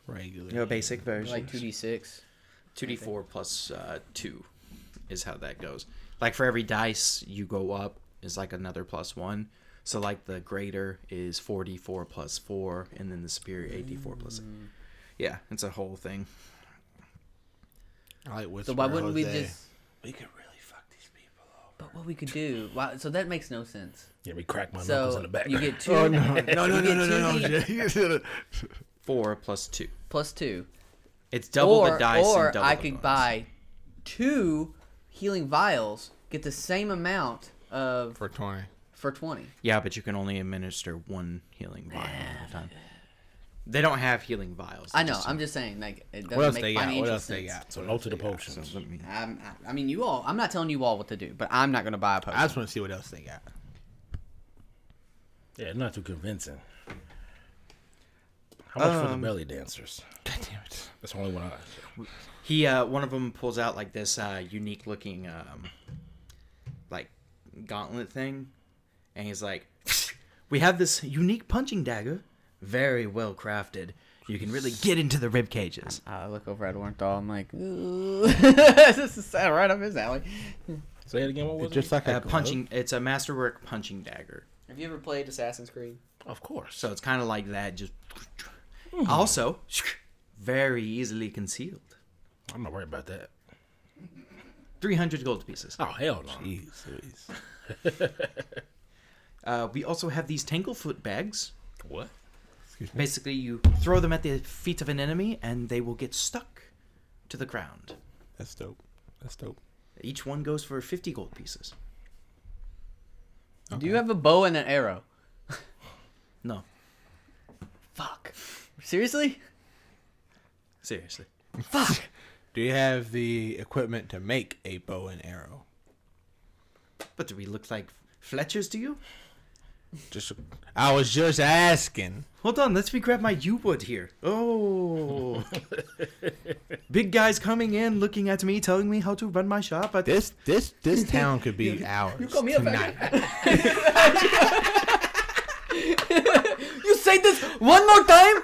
Speaker 2: Regular.
Speaker 1: You know, basic version.
Speaker 3: like two d six.
Speaker 1: Two D four plus uh, two is how that goes. Like for every dice you go up is like another plus one. So like the greater is four D four plus four, and then the superior eight D four plus eight. Yeah, it's a whole thing.
Speaker 2: I like whisper
Speaker 3: So why wouldn't we
Speaker 2: Jose.
Speaker 3: just?
Speaker 2: We could really fuck these people up.
Speaker 3: But what we could do? Wow. So that makes no sense.
Speaker 4: Yeah, we crack my knuckles
Speaker 3: So
Speaker 4: in the back.
Speaker 2: [LAUGHS]
Speaker 3: you get two. [LAUGHS]
Speaker 2: Oh no! No no no
Speaker 3: you get
Speaker 2: no no
Speaker 3: two
Speaker 2: no!
Speaker 3: D
Speaker 2: Jay. [LAUGHS]
Speaker 1: Four plus two.
Speaker 3: plus two.
Speaker 1: It's double
Speaker 3: or,
Speaker 1: the dice.
Speaker 3: Or
Speaker 1: and double
Speaker 3: I
Speaker 1: the
Speaker 3: could
Speaker 1: bonus.
Speaker 3: buy two healing vials, get the same amount of
Speaker 2: For twenty.
Speaker 3: for twenty.
Speaker 1: Yeah, but you can only administer one healing vial at a time. They don't have healing vials.
Speaker 3: I
Speaker 1: they
Speaker 3: know.
Speaker 1: just-
Speaker 3: I'm just saying, like it doesn't
Speaker 2: What else
Speaker 3: make
Speaker 2: they got?
Speaker 3: financial
Speaker 2: What else
Speaker 3: sense.
Speaker 2: they got?
Speaker 4: [LAUGHS] so
Speaker 2: What
Speaker 4: no
Speaker 2: else
Speaker 4: to the
Speaker 2: they got?
Speaker 4: potions.
Speaker 1: Let me-
Speaker 3: I'm, I- I mean, you all. I'm not telling you all what to do, but I'm not gonna buy a potion.
Speaker 2: I just want to see what else they got.
Speaker 4: Yeah, not too convincing. How much for the belly dancers?
Speaker 2: God damn it!
Speaker 4: That's the only one I.
Speaker 1: He uh, one of them pulls out like this uh, unique looking um, like gauntlet thing, and he's like, [LAUGHS] "We have this unique punching dagger, very well crafted. You can really get into the rib cages."
Speaker 3: I look over at Orenthal. I'm like, "Ooh." [LAUGHS] this is right up his alley.
Speaker 4: Say it again. What was it?
Speaker 2: Just like
Speaker 1: Uh,
Speaker 2: a punching.
Speaker 1: punching, it's a masterwork punching dagger,
Speaker 3: Have you ever played Assassin's Creed?
Speaker 4: Of course.
Speaker 1: so it's kind of like that. Just
Speaker 2: Hmm.
Speaker 1: also very easily concealed.
Speaker 4: I'm not worried about that.
Speaker 1: Three hundred gold pieces.
Speaker 4: Oh hell no.
Speaker 2: Jeez, Louise.
Speaker 1: Uh, we also have these tanglefoot bags.
Speaker 4: What?
Speaker 1: Basically, you throw them at the feet of an enemy, and they will get stuck to the ground.
Speaker 2: That's dope. That's dope.
Speaker 1: Each one goes for 50 gold pieces.
Speaker 3: Do you have a bow and an arrow?
Speaker 1: No,
Speaker 3: Fuck. Seriously?
Speaker 1: seriously.
Speaker 3: Fuck.
Speaker 2: Do you have the equipment to make a bow and arrow?
Speaker 1: But do we look like Fletchers to you?
Speaker 2: Just, I was just asking.
Speaker 1: Hold on, let's me grab my U wood here. Oh. Big guy's coming in, looking at me, telling me how to run my shop. At
Speaker 2: This this this
Speaker 3: [LAUGHS]
Speaker 2: town could be ours
Speaker 3: call me a
Speaker 2: tonight.
Speaker 3: [LAUGHS] You say this one more time,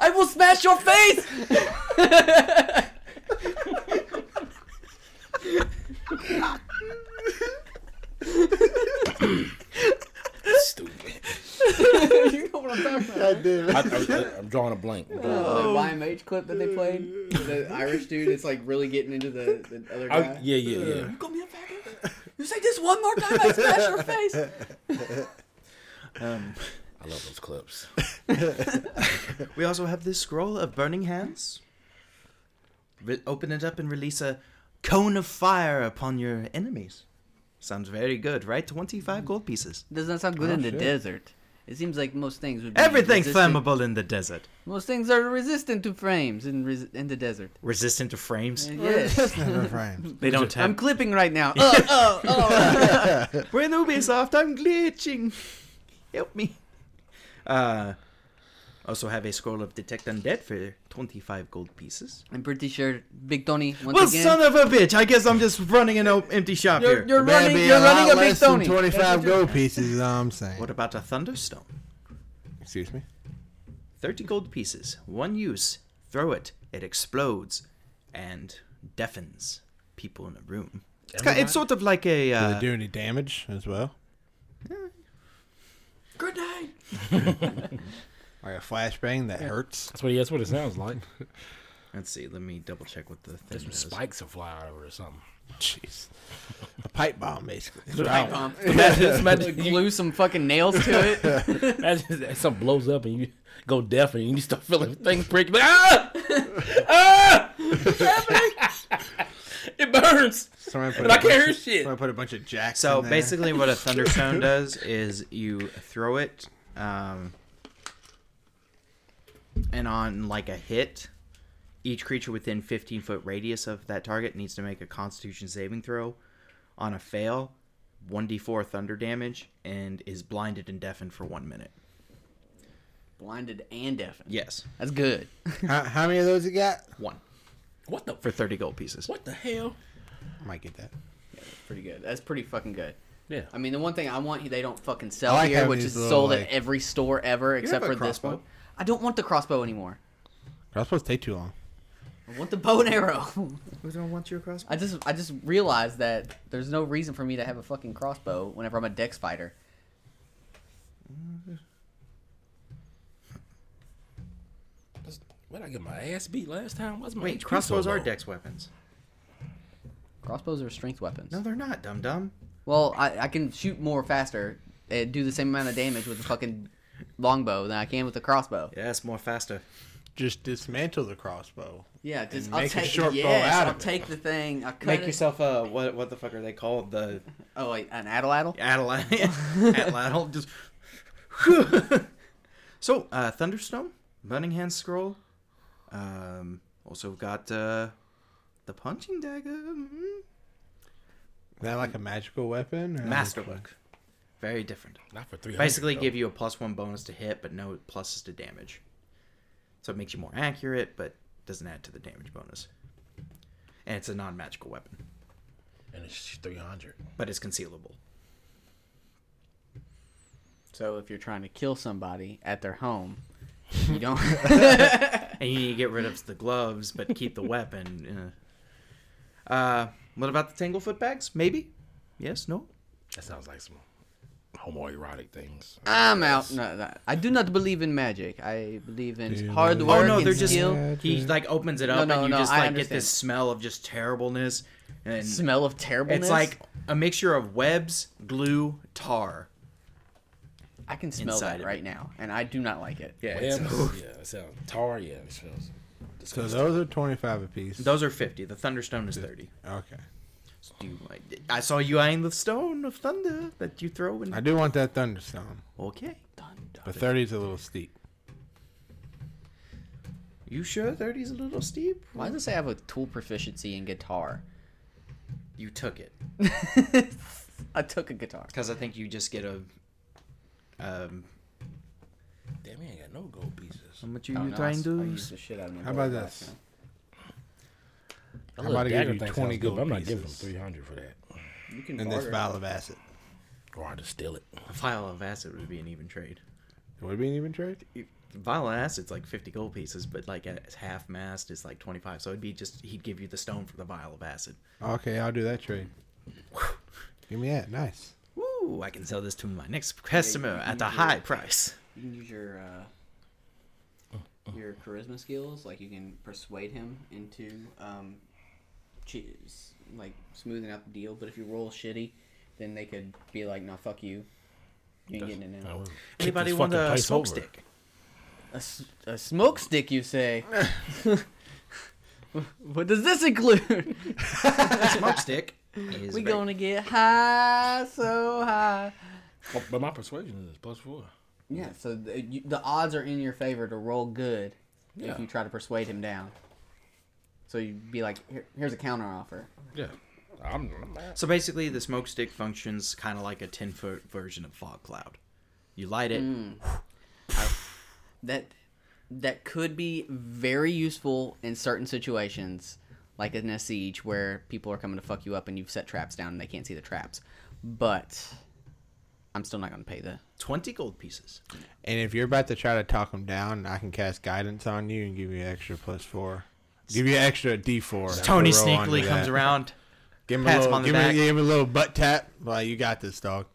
Speaker 3: I will smash your face.
Speaker 4: Stupid.
Speaker 3: [LAUGHS] you know what I'm talking about?
Speaker 4: I, I, I'm drawing a blank. I'm drawing a blank.
Speaker 3: The YMH clip that they played, the Irish dude is like really getting into the, the other
Speaker 4: I- yeah, yeah, yeah.
Speaker 3: You call me a faggot? You say this one more time, I smash your [LAUGHS] face.
Speaker 1: Um,
Speaker 4: I love those clips.
Speaker 1: we also have this scroll of burning hands. Re- open it up and release a cone of fire upon your enemies. Sounds very good, right? 25 gold pieces.
Speaker 3: Does not sound good
Speaker 2: Oh,
Speaker 3: in the
Speaker 2: shit.
Speaker 3: desert? It seems like most things would be
Speaker 1: Everything's
Speaker 3: resistant-
Speaker 1: flammable in the desert.
Speaker 3: Most things are resistant to frames in res- in the desert.
Speaker 1: Resistant to frames.
Speaker 3: Yes. [LAUGHS]
Speaker 2: Never frames.
Speaker 1: They don't have
Speaker 3: I'm clipping right now. Oh, [LAUGHS] oh, oh.
Speaker 1: We're in Ubisoft. I'm glitching. Help me. Uh, also have a scroll of detect undead for twenty-five gold pieces.
Speaker 3: I'm pretty sure Big Tony once
Speaker 1: well,
Speaker 3: again.
Speaker 1: son of a bitch! I guess I'm just running an o- empty shop
Speaker 3: you're
Speaker 1: here.
Speaker 3: you're
Speaker 2: It better
Speaker 3: running
Speaker 2: be
Speaker 3: you're
Speaker 2: a
Speaker 3: running
Speaker 2: lot
Speaker 3: a Big
Speaker 2: less than
Speaker 3: Tony.
Speaker 2: Twenty-five
Speaker 3: [LAUGHS]
Speaker 2: gold pieces. Is all I'm saying.
Speaker 1: What about a thunderstone?
Speaker 2: Excuse me.
Speaker 1: Thirty gold pieces. One use. Throw it. It explodes, and deafens people in a room. It's, ki- it's sort of like a
Speaker 2: Do
Speaker 1: uh,
Speaker 2: they do any damage as well?
Speaker 3: Grenade.
Speaker 2: Like a flashbang that hurts.
Speaker 4: That's what, that's what it sounds like. [LAUGHS]
Speaker 1: Let's see. Let me double check what the thing
Speaker 4: There's some
Speaker 1: is.
Speaker 4: spikes that fly out of it or something.
Speaker 2: Jeez. A pipe bomb, basically. It's
Speaker 3: Pipe
Speaker 2: out.
Speaker 3: bomb. Just about to glue some fucking nails to it.
Speaker 4: Imagine if something blows up and you go deaf and you start feeling things prick. Like, ah! ah! [LAUGHS] What's happening? it burns.
Speaker 2: Somebody put
Speaker 4: And
Speaker 2: a
Speaker 4: I can't
Speaker 2: bunch
Speaker 4: hear
Speaker 2: of-
Speaker 4: shit.
Speaker 2: Somebody put a bunch of jacks.
Speaker 1: So
Speaker 2: in there.
Speaker 1: basically, what a [LAUGHS] thunderstone does is you throw it, um, and on like a hit, each creature within 15 foot radius of that target needs to make a Constitution saving throw. On a fail, 1d4 thunder damage and is blinded and deafened for one minute.
Speaker 3: Blinded and deafened.
Speaker 1: Yes,
Speaker 3: That's good.
Speaker 2: how, how many of those you got?
Speaker 1: one
Speaker 4: What the?
Speaker 1: for 30 gold pieces.
Speaker 4: What the hell?
Speaker 2: I might get that.
Speaker 3: Pretty good. That's pretty fucking good.
Speaker 4: Yeah.
Speaker 3: I mean, the one thing I want they don't fucking sell
Speaker 2: I like
Speaker 3: here,
Speaker 2: having
Speaker 3: which
Speaker 2: these
Speaker 3: is
Speaker 2: little,
Speaker 3: sold
Speaker 2: like-
Speaker 3: at every store ever except
Speaker 2: have
Speaker 3: for
Speaker 2: a
Speaker 3: this
Speaker 2: crossbow.
Speaker 3: one. I don't want the crossbow anymore.
Speaker 2: That's supposed to take too long.
Speaker 3: I want the bow and arrow. [LAUGHS]
Speaker 1: Who's gonna want your crossbow?
Speaker 3: I just I just realized that there's no reason for me to have a fucking crossbow whenever I'm a dex fighter.
Speaker 4: When I get my ass beat last time, why's my
Speaker 1: Wait,
Speaker 4: HP
Speaker 1: crossbows
Speaker 4: so
Speaker 1: are
Speaker 4: low?
Speaker 1: dex weapons.
Speaker 3: Crossbows are strength weapons.
Speaker 1: No, they're not, dum dum.
Speaker 3: Well, I, I can shoot more faster and do the same amount of damage with the fucking longbow than I can with the crossbow.
Speaker 1: Yes, more faster.
Speaker 2: Just dismantle the crossbow.
Speaker 3: Yeah, just
Speaker 2: And
Speaker 3: I'll
Speaker 2: make a
Speaker 3: take
Speaker 2: short bow
Speaker 3: yes,
Speaker 2: out
Speaker 3: I'll
Speaker 2: of it.
Speaker 3: take the thing. I'll cut
Speaker 1: Make
Speaker 3: it.
Speaker 1: yourself a what? What the fuck are they called? The
Speaker 3: Oh wait, an addle-addle?
Speaker 1: Adelaide. Adelaide. Just. [LAUGHS] so, uh, Thunderstone, Burning Hand Scroll. Um, also got uh, the Punching Dagger. mm,
Speaker 2: Is that like a magical weapon? or-
Speaker 1: Masterwork. Very different.
Speaker 4: Not for three.
Speaker 1: Basically, give you a plus one bonus to hit, but no pluses to damage. So it makes you more accurate, but doesn't add to the damage bonus. And it's a non magical weapon,
Speaker 4: And it's three hundred.
Speaker 1: but it's concealable.
Speaker 3: So if you're trying to kill somebody at their home, you don't. [LAUGHS]
Speaker 1: and you need to get rid of the gloves but keep the weapon. [LAUGHS] Uh, uh, what about the Tanglefoot bags? Maybe? Yes? No?
Speaker 4: That sounds like some homoerotic things.
Speaker 3: I'm out. No, no, I do not believe in magic. I believe in
Speaker 2: Do you
Speaker 3: hard
Speaker 2: believe-
Speaker 3: work
Speaker 1: oh no,
Speaker 3: and
Speaker 1: they're just
Speaker 3: skill.
Speaker 1: he like opens it
Speaker 3: No,
Speaker 1: up
Speaker 3: no,
Speaker 1: and you
Speaker 3: no,
Speaker 1: just
Speaker 3: I
Speaker 1: like get
Speaker 3: understand.
Speaker 1: this smell of just terribleness and
Speaker 3: Smell of terribleness.
Speaker 1: it's like a mixture of webs, glue, tar.
Speaker 3: I can smell
Speaker 1: inside
Speaker 3: that
Speaker 1: of
Speaker 3: right now, and I do not like it.
Speaker 1: Yeah.
Speaker 4: Yeah,
Speaker 1: it's-
Speaker 4: yeah, it sounds tar. Yeah, it sounds.
Speaker 2: So those are twenty-five apiece.
Speaker 1: those are fifty. The Thunderstone is thirty.
Speaker 2: Okay.
Speaker 1: So do you like, I saw you eyeing the stone of thunder that you throw
Speaker 2: I
Speaker 1: in.
Speaker 2: do want that thunderstone,
Speaker 1: Okay.
Speaker 2: but thirty's a little steep.
Speaker 1: You sure thirty's a little steep?
Speaker 3: Why does it say I have a tool proficiency in guitar?
Speaker 1: You took it.
Speaker 3: I took a guitar.
Speaker 1: Because I think you just get a. Um,
Speaker 4: Damn, ain't got no gold pieces.
Speaker 1: how much are you
Speaker 3: Oh, no, I
Speaker 1: trying
Speaker 3: s-
Speaker 1: to
Speaker 3: I
Speaker 1: use?
Speaker 3: used the shit out of my
Speaker 2: How
Speaker 3: bow
Speaker 2: about
Speaker 3: last
Speaker 2: this?
Speaker 3: night.
Speaker 4: That
Speaker 2: How
Speaker 4: little
Speaker 2: about I give
Speaker 4: dagger
Speaker 2: you
Speaker 4: thing sounds
Speaker 2: 20
Speaker 4: good, but
Speaker 2: gold
Speaker 4: I'm not giving them
Speaker 2: pieces?
Speaker 4: three hundred for that.
Speaker 3: You can
Speaker 2: And this
Speaker 3: barter.
Speaker 2: vial of acid.
Speaker 4: Or I just steal it.
Speaker 1: A vial of acid would be an even trade.
Speaker 2: Would it be an even trade?
Speaker 1: A vial of acid's like 50 gold pieces, but like at half mast is like 25. So it'd be just, he'd give you the stone for the vial of acid.
Speaker 2: Okay, I'll do that trade. Give me that. Nice.
Speaker 1: Woo, I can sell this to my next customer at a high price.
Speaker 3: You can use your uh, your charisma skills, like you can persuade him into um, che- s- like smoothing out the deal. But if you roll shitty, then they could be like, "No, fuck you, you ain't getting it
Speaker 4: I
Speaker 3: now."
Speaker 4: would kick
Speaker 1: Anybody
Speaker 4: this
Speaker 1: want
Speaker 4: fucking
Speaker 1: a
Speaker 4: place
Speaker 1: smoke [LAUGHS]
Speaker 4: over.
Speaker 1: stick?
Speaker 3: A, s- a smoke stick, you [LAUGHS] say? what does this include?
Speaker 1: smoke [LAUGHS] stick is.
Speaker 3: we
Speaker 1: very-
Speaker 3: gonna get high, so high.
Speaker 4: Well, But my persuasion is plus four.
Speaker 3: Yeah, so the, you, the odds are in your favor to roll good
Speaker 4: Yeah.
Speaker 3: if you try to persuade him down. So you'd be like, Here, here's a counter offer.
Speaker 4: Yeah, I'm. I'm
Speaker 1: So basically, the smoke stick functions kind of like a 10 foot version of fog cloud. You light it,
Speaker 3: That that could be very useful in certain situations, like in a siege where people are coming to fuck you up and you've set traps down and they can't see the traps. But I'm still not gonna pay the.
Speaker 1: 20 gold pieces.
Speaker 2: And if you're about to try to talk him down, I can cast guidance on you and give you an extra plus four. Give you an extra D four.
Speaker 1: Tony sneakily comes around.
Speaker 2: Give him a
Speaker 1: pats him
Speaker 2: little,
Speaker 1: on the
Speaker 2: give, him,
Speaker 1: back.
Speaker 2: give him a little butt tap. Like you got this, dog.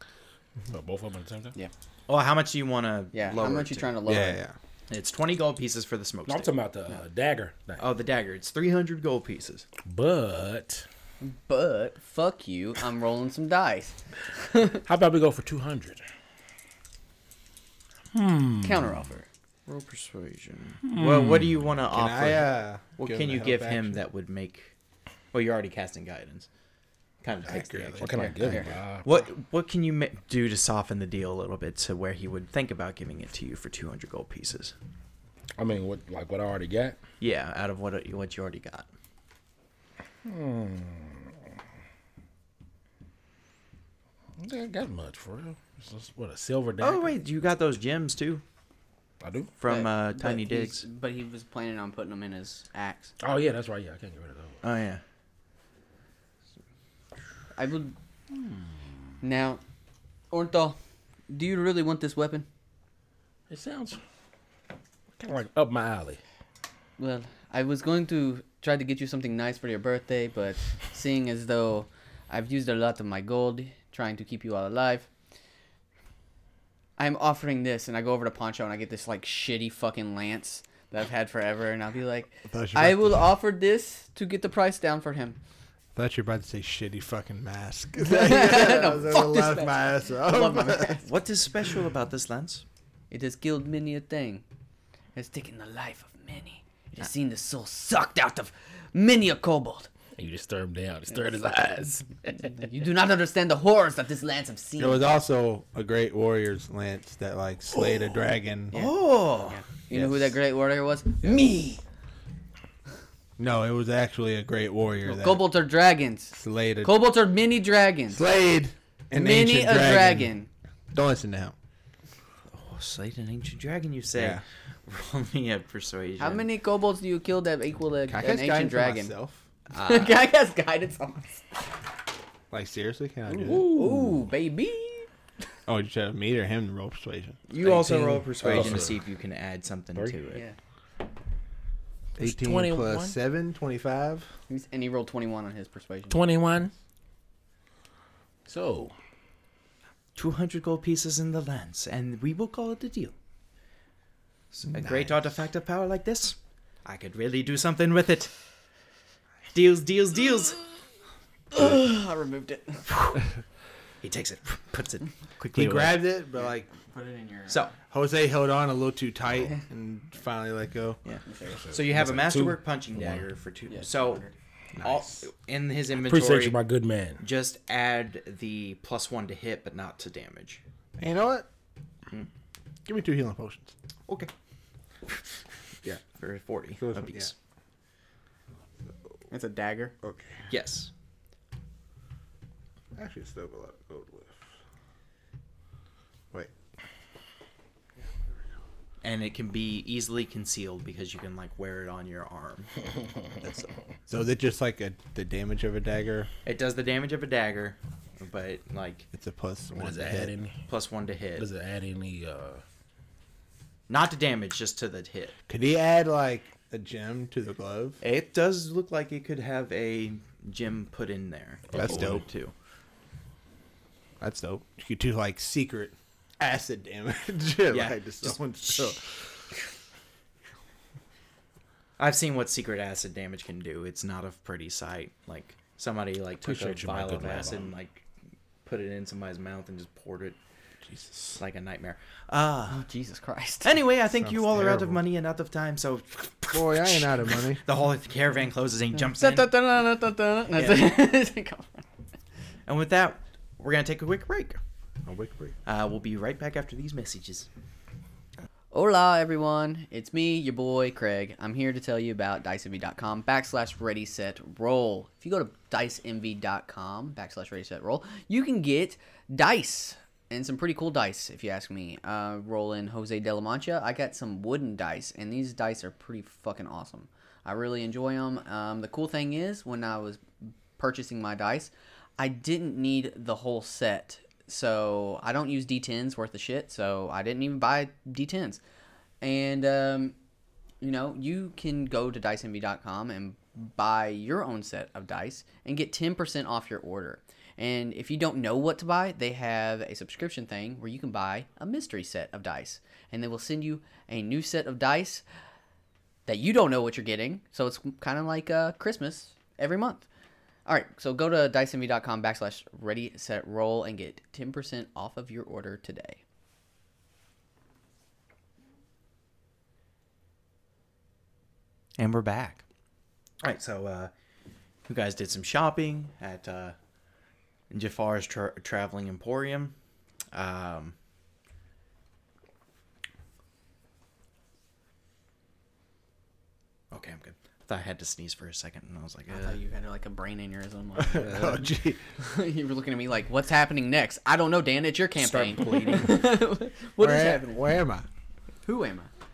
Speaker 4: so both of them at the same time.
Speaker 3: Yeah,
Speaker 1: Oh, how much do you want to
Speaker 3: yeah.
Speaker 1: lower?
Speaker 3: How much
Speaker 1: it
Speaker 3: you
Speaker 1: to?
Speaker 3: trying to lower?
Speaker 2: yeah,
Speaker 3: it?
Speaker 2: yeah.
Speaker 1: It's 20 gold pieces for the Oh, smoke
Speaker 4: No, I'm
Speaker 1: stick.
Speaker 4: talking about the uh, dagger. Thing.
Speaker 1: Oh, the dagger. It's 300 gold pieces.
Speaker 4: But
Speaker 3: But fuck you, I'm rolling some dice.
Speaker 4: How about we go for two hundred?
Speaker 3: Counter offer.
Speaker 1: Roll persuasion. Well, what do you want to offer?
Speaker 2: I, uh,
Speaker 1: what
Speaker 2: give
Speaker 1: can
Speaker 2: him a
Speaker 1: you
Speaker 2: help
Speaker 1: give him
Speaker 2: action?
Speaker 1: that would make? Well, you're already casting guidance. Kind of takes the
Speaker 2: Accurately.
Speaker 1: action.
Speaker 4: What can I
Speaker 3: Here,
Speaker 4: give
Speaker 3: here.
Speaker 4: him? Uh,
Speaker 1: What what can you ma- do to soften the deal a little bit to where he would think about giving it to you for 200 gold pieces?
Speaker 4: I mean, what like what I already got?
Speaker 1: Yeah, out of what what you already got.
Speaker 4: I don't think I got much for real. It's just, what a silver dagger.
Speaker 1: Oh wait, you got those gems too
Speaker 4: I do.
Speaker 1: from
Speaker 3: But-
Speaker 1: uh,
Speaker 3: but
Speaker 1: Tiny
Speaker 3: he's- [LAUGHS]
Speaker 1: Digs.
Speaker 3: But he was planning on putting them in his axe.
Speaker 4: Oh yeah, that's right. Yeah, I can't get rid of those.
Speaker 1: Oh yeah.
Speaker 3: I would. Now, Ornthal, do you really want this weapon?
Speaker 4: It sounds kind of like up my alley.
Speaker 3: Well, I was going to try to get you something nice for your birthday, but seeing as though I've used a lot of my gold trying to keep you all alive, I'm offering this. And I go over to Poncho and I get this like shitty fucking lance that I've had forever, and I'll be like,
Speaker 2: thought you were
Speaker 3: I
Speaker 2: about
Speaker 3: will
Speaker 2: to-
Speaker 3: offer this to get the price down for him.
Speaker 2: thought you were about to say shitty
Speaker 1: [LAUGHS]
Speaker 2: fucking mask. [LAUGHS]
Speaker 3: No,
Speaker 2: I was
Speaker 3: fuck
Speaker 2: gonna
Speaker 3: this
Speaker 2: laugh my ass off.
Speaker 3: I love my man.
Speaker 1: What is special about this lens?
Speaker 3: It has killed many a thing. It has taken the life of many. It
Speaker 2: Ah.
Speaker 3: has seen the soul sucked out of many a kobold. [LAUGHS]
Speaker 4: And you just stir him down. You stirred his eyes.
Speaker 3: You do not understand the horrors that this lands have seen.
Speaker 2: There was also a great warrior's lance that like
Speaker 1: [GASPS]
Speaker 2: slayed a dragon.
Speaker 1: Oh,
Speaker 3: you know who
Speaker 2: Yes.
Speaker 3: that great warrior was? Me!
Speaker 2: No, it was actually a great warrior that
Speaker 3: Mm, Kobolds are dragons.
Speaker 2: slayed a
Speaker 3: Kobolds are mini dragons.
Speaker 2: slayed an
Speaker 3: mini
Speaker 2: ancient
Speaker 3: a dragon.
Speaker 2: Don't listen to him.
Speaker 1: oh slayed an ancient dragon. You say.
Speaker 2: Yeah.
Speaker 1: [LAUGHS] Roll me a persuasion.
Speaker 3: How many kobolds do you kill that equal a,
Speaker 2: Can I
Speaker 3: an
Speaker 2: cast
Speaker 3: ancient
Speaker 2: guidance on
Speaker 3: dragon? [LAUGHS]
Speaker 2: myself? Ah.
Speaker 3: Can I cast guidance on myself?
Speaker 2: Like seriously, can I do that?
Speaker 3: Ooh, baby.
Speaker 2: Oh, you should have me or him to roll persuasion.
Speaker 1: You also roll
Speaker 4: 18.
Speaker 1: persuasion
Speaker 4: Oh,
Speaker 1: to see if you can add something to it.
Speaker 3: Yeah.
Speaker 2: 18
Speaker 4: 21?
Speaker 2: plus 7, 25.
Speaker 3: He's- And he rolled 21 on his persuasion.
Speaker 4: Twenty-one. So
Speaker 1: 200 gold pieces in the lens, and we will call it a deal. S- A great artifact of power like this, I could really do something with it. Deals, deals, deals.
Speaker 3: [LAUGHS] I removed it.
Speaker 1: He takes it, [LAUGHS] puts it quickly
Speaker 2: He
Speaker 1: away.
Speaker 2: grabbed it, but like
Speaker 3: Put it in your.
Speaker 1: So,
Speaker 2: Jose held on a little too tight and finally let go.
Speaker 1: yeah. So you have a
Speaker 4: That's like two.
Speaker 1: masterwork punching dagger for two.
Speaker 3: [LAUGHS] Yeah,
Speaker 1: so,
Speaker 3: 200.
Speaker 1: all, in his
Speaker 4: appreciate
Speaker 1: inventory,
Speaker 4: you, my good man.
Speaker 1: just add the plus one to hit, but not to damage.
Speaker 2: And you know what? Hmm. Give me two healing potions.
Speaker 1: Okay.
Speaker 2: Yeah.
Speaker 1: For 40
Speaker 2: So it's-
Speaker 1: apiece.
Speaker 3: It's a dagger.
Speaker 2: Okay.
Speaker 1: Yes.
Speaker 2: Actually, still a lot of gold left. Wait.
Speaker 1: and it can be easily concealed because you can like wear it on your arm. That's
Speaker 2: So is it just like a, the damage of a dagger?
Speaker 1: It does the damage of a dagger, but like
Speaker 2: It's a plus one.
Speaker 4: Does
Speaker 2: to
Speaker 4: it
Speaker 2: hit.
Speaker 4: add any?
Speaker 1: plus one to hit,
Speaker 4: Does it add any? Uh,
Speaker 1: not to damage, just to the hit.
Speaker 2: Could he add like a gem to the glove?
Speaker 1: It does look like it could have a gem put in there. if
Speaker 2: That's
Speaker 1: you wanted
Speaker 2: dope.
Speaker 1: too.
Speaker 2: That's dope. You could do like secret acid damage. [LAUGHS] yeah, like to
Speaker 1: just-
Speaker 2: someone's skull.
Speaker 1: [LAUGHS] I've seen what secret acid damage can do. It's not a pretty sight. Like somebody like took
Speaker 4: Appreciate
Speaker 1: a
Speaker 4: you, my
Speaker 1: vial
Speaker 4: good
Speaker 1: of
Speaker 4: lad.
Speaker 1: acid and like put it in somebody's mouth and just poured it. Jesus, like a nightmare. Uh,
Speaker 3: Jesus Christ.
Speaker 1: anyway, I think you
Speaker 2: Sounds
Speaker 1: all are out of
Speaker 2: terrible.
Speaker 1: money and out of time, so
Speaker 2: Boy, I ain't out of money.
Speaker 1: The whole caravan closes and he jumps in.
Speaker 3: That's it.
Speaker 1: And with that, we're going to take [LAUGHS] a quick break.
Speaker 2: A wick break.
Speaker 1: Uh, we'll be right back after these messages.
Speaker 3: Hola, everyone. It's me, your boy Craig. I'm here to tell you about diceenvy.com backslash ready set roll. If you go to diceenvy.com backslash ready set roll, you can get dice and some pretty cool dice, if you ask me. Uh, rolling Jose de la Mancha, I got some wooden dice, and these dice are pretty fucking awesome. I really enjoy them. Um, the cool thing is, when I was purchasing my dice, I didn't need the whole set. So I don't use D10s worth of shit. So I didn't even buy D10s. And, um, you know, you can go to diceenvy.com and buy your own set of dice and get 10% off your order. And if you don't know what to buy, they have a subscription thing where you can buy a mystery set of dice. And they will send you a new set of dice that you don't know what you're getting. So it's kind of like uh, Christmas every month. All right, so go to dicemy.com backslash ready, set, roll, and get 10% off of your order today.
Speaker 1: And we're back. All right, so uh, you guys did some shopping at uh, Jafar's tra- Traveling Emporium. Um, okay, I'm good. I thought I had to sneeze for a second, and I was like,
Speaker 3: I
Speaker 1: uh,
Speaker 3: thought you had like a brain aneurysm.
Speaker 2: [LAUGHS] [LAUGHS] Oh, gee.
Speaker 3: Like, [LAUGHS] you were looking at me like, what's happening next? I don't know, Dan. It's your campaign. [LAUGHS] what is
Speaker 2: where,
Speaker 3: happening?
Speaker 2: Where am I?
Speaker 3: Who am I?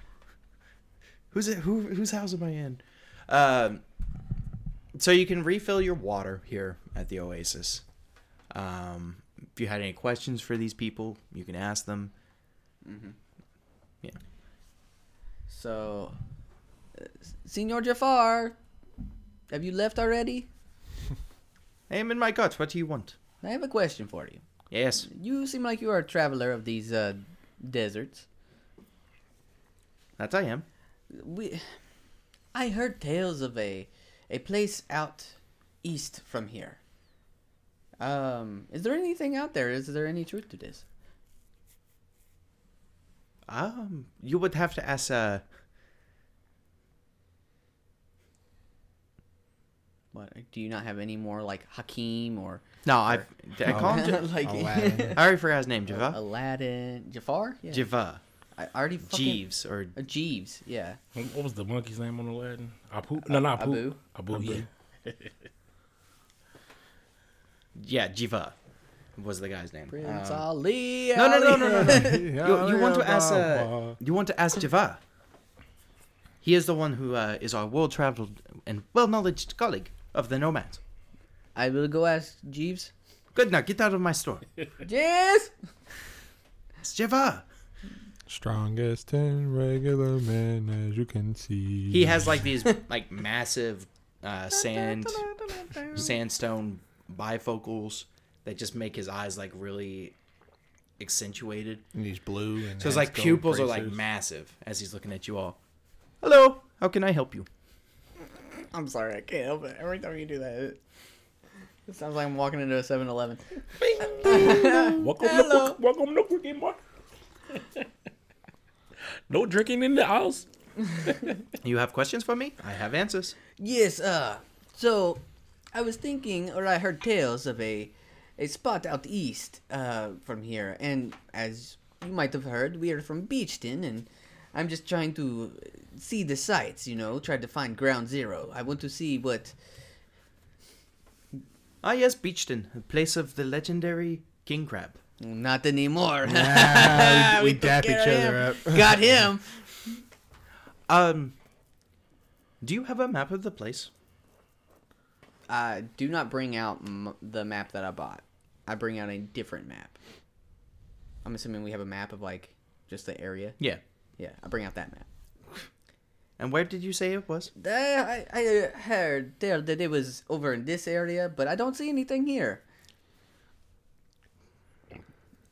Speaker 1: Who's it? Who whose house am I in? Um, so you can refill your water here at the Oasis. Um, if you had any questions for these people, you can ask them.
Speaker 3: So, uh, Senor Jafar, have you left already?
Speaker 1: I am in my gut. What do you want?
Speaker 3: I have a question for you.
Speaker 1: Yes.
Speaker 3: You seem like you are a traveler of these uh, deserts.
Speaker 1: That I am.
Speaker 3: We, I heard tales of a, a place out east from here. Um, is there anything out there? Is there any truth to this?
Speaker 1: Um, you would have to ask. Uh,
Speaker 3: What do you not have any more like Hakim
Speaker 1: [LAUGHS]
Speaker 3: or
Speaker 1: no, I. oh. I call him. Ja-
Speaker 3: [LAUGHS] like
Speaker 2: Aladdin.
Speaker 1: I already forgot his name. Java.
Speaker 3: Aladdin Jafar? Yeah.
Speaker 1: Java.
Speaker 3: I already fucking
Speaker 1: Jeeves or
Speaker 3: Uh, Jeeves, yeah.
Speaker 4: What was the monkey's name on Aladdin? Apu? No, not Apu. Abu. yeah.
Speaker 1: yeah, Jiva was the guy's name.
Speaker 3: Prince
Speaker 1: Um,
Speaker 3: Ali.
Speaker 1: no, no, no, no,
Speaker 3: Ali.
Speaker 1: no, no.
Speaker 2: [LAUGHS]
Speaker 1: you, you want to ask uh, you want to ask Java. He is the one who uh, is our world traveled and well knowledged colleague of the nomads.
Speaker 3: I will go ask Jeeves.
Speaker 1: Good now, get out of my [LAUGHS] store.
Speaker 3: Jeeves!
Speaker 1: It's Java.
Speaker 2: Strongest and regular man as you can see.
Speaker 1: He has like these like massive uh, sand sandstone bifocals that just make his eyes like really accentuated.
Speaker 2: And he's blue. And
Speaker 1: So his like
Speaker 2: has gold
Speaker 1: pupils are like
Speaker 2: braces.
Speaker 1: massive as he's looking at you all. Hello, how can I help you?
Speaker 3: [LAUGHS] I'm sorry, I can't help it. Every time you do that, it, it sounds like I'm walking into a 7 Eleven.
Speaker 4: Welcome, to, welcome to Quickie Mart. [LAUGHS] no drinking in the house.
Speaker 1: You have questions for me? I have answers.
Speaker 3: Yes, uh, so I was thinking, or I heard tales of a a spot out east uh, from here, and as you might have heard, we are from Beachton, and I'm just trying to see the sights, you know, try to find ground zero. I want to see what.
Speaker 1: Ah, yes, Beachton, the place of the legendary king crab.
Speaker 3: Not anymore. [LAUGHS]
Speaker 2: Ah, we, we
Speaker 3: took
Speaker 2: dap each
Speaker 3: care of
Speaker 2: other up.
Speaker 3: him. Got him.
Speaker 1: Um, do you have a map of the place?
Speaker 3: I do not bring out m- the map that I bought. I bring out a different map. I'm assuming we have a map of like just the area.
Speaker 1: Yeah.
Speaker 3: Yeah, I bring out that map.
Speaker 1: And where did you say it was?
Speaker 3: Uh, I, I uh, heard there that it was over in this area, but I don't see anything here.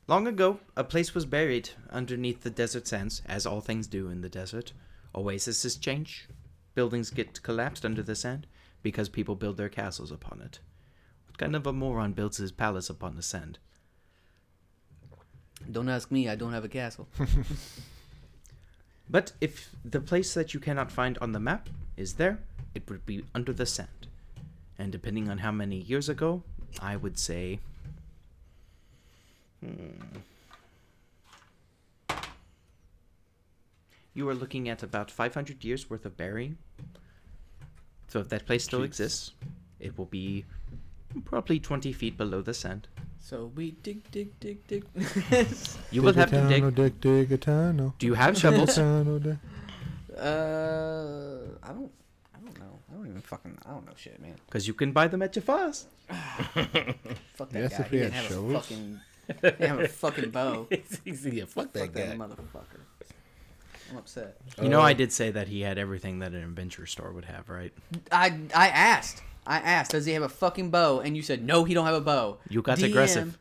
Speaker 1: Long ago, a place was buried underneath the desert sands, as all things do in the desert. Oases change. Buildings get collapsed under the sand because people build their castles upon it. What kind of a moron builds his palace upon the sand?
Speaker 3: Don't ask me, I don't have a castle.
Speaker 1: But if the place that you cannot find on the map is there, it would be under the sand. And depending on how many years ago, I would say. Hmm. You are looking at about 500 years worth of burying. So if that place still exists, it will be probably 20 feet below the sand.
Speaker 3: so we dig, dig, dig, dig.
Speaker 1: You will have to
Speaker 2: Digitano,
Speaker 1: dig.
Speaker 2: Dick, digitano.
Speaker 1: Do you have shovels?
Speaker 2: Digitano, dick.
Speaker 3: uh, I don't, I don't know. I don't even fucking, I don't know shit, man.
Speaker 1: Because you can buy them at Jafar's.
Speaker 3: Fuck that
Speaker 2: Yes,
Speaker 3: guy.
Speaker 2: if
Speaker 3: He
Speaker 2: we
Speaker 3: didn't
Speaker 2: had
Speaker 3: have
Speaker 2: shows.
Speaker 3: a fucking, he didn't have a fucking bow.
Speaker 4: yeah, fuck that
Speaker 3: Fuck that
Speaker 4: guy.
Speaker 3: motherfucker. I'm upset.
Speaker 1: You know,
Speaker 4: Uh,
Speaker 1: I did say that he had everything that an adventure store would have, right?
Speaker 3: I I asked. I asked, does he have a fucking bow? And you said, no, he don't have a bow.
Speaker 1: You got
Speaker 3: DM,
Speaker 1: aggressive.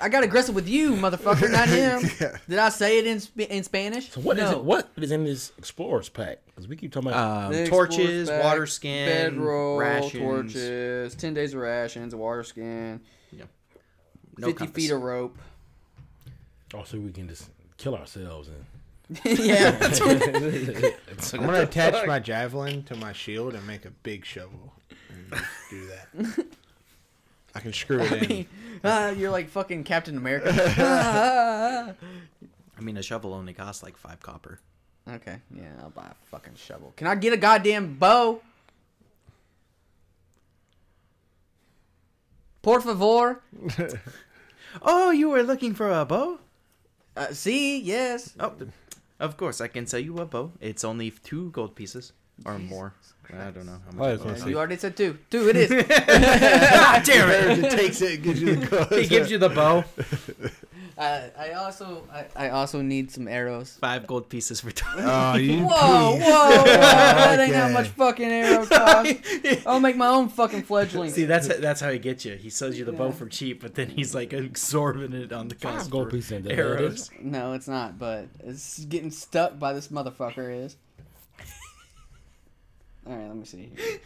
Speaker 3: I got aggressive with you, motherfucker, [LAUGHS] not him.
Speaker 2: Yeah.
Speaker 3: Did I say it in sp- in Spanish?
Speaker 4: So what is
Speaker 3: No. Uh,
Speaker 4: it? What is in this explorers pack? Because we keep talking about
Speaker 1: Um,
Speaker 3: Six
Speaker 1: torches,
Speaker 3: horseback,
Speaker 1: water skin,
Speaker 3: bedroll,
Speaker 1: rations,
Speaker 3: torches, ten days of rations, water skin,
Speaker 1: no
Speaker 3: fifty
Speaker 1: compass.
Speaker 3: feet of rope.
Speaker 4: also Oh, we can just kill ourselves and.
Speaker 3: [LAUGHS] yeah, that's what- [LAUGHS]
Speaker 4: It's
Speaker 2: I'm
Speaker 4: like-
Speaker 2: gonna attach my javelin to my shield and make a big shovel. And just do that. [LAUGHS] I can screw it
Speaker 3: I
Speaker 2: in.
Speaker 3: mean, ah, you're like fucking Captain America.
Speaker 1: I mean, a shovel only costs like five copper.
Speaker 3: okay, yeah, I'll buy a fucking shovel. Can I get a goddamn bow? Por favor.
Speaker 1: Oh, you were looking for a bow?
Speaker 3: Uh, see, yes.
Speaker 1: Oh, th- of course, I can sell you a bow. It's only two gold pieces or
Speaker 3: Jesus
Speaker 1: more. I don't know how
Speaker 2: Oh,
Speaker 1: much.
Speaker 2: it's
Speaker 1: it
Speaker 2: gonna
Speaker 1: costs.
Speaker 3: You already said two. Two, it is. [LAUGHS]
Speaker 1: God damn it!
Speaker 2: It takes it, gives you [LAUGHS] the clothes.
Speaker 1: He gives you the bow.
Speaker 3: I, I also I, I also need some arrows.
Speaker 1: Five gold pieces for two. [LAUGHS]
Speaker 2: Oh, you
Speaker 3: Whoa, whoa,
Speaker 2: please.
Speaker 3: whoa! That ain't how
Speaker 2: Okay.
Speaker 3: much fucking arrow cost. I'll make my own fucking fledgling.
Speaker 1: See, that's that's how he gets you. He sells you the bow for cheap, but then he's like exorbitant on the cost.
Speaker 4: gold
Speaker 1: for
Speaker 4: pieces ain't that bad,
Speaker 1: arrows.
Speaker 4: is
Speaker 3: No, it's not. But it's getting stuck by this motherfucker is. All right, let me see. Here.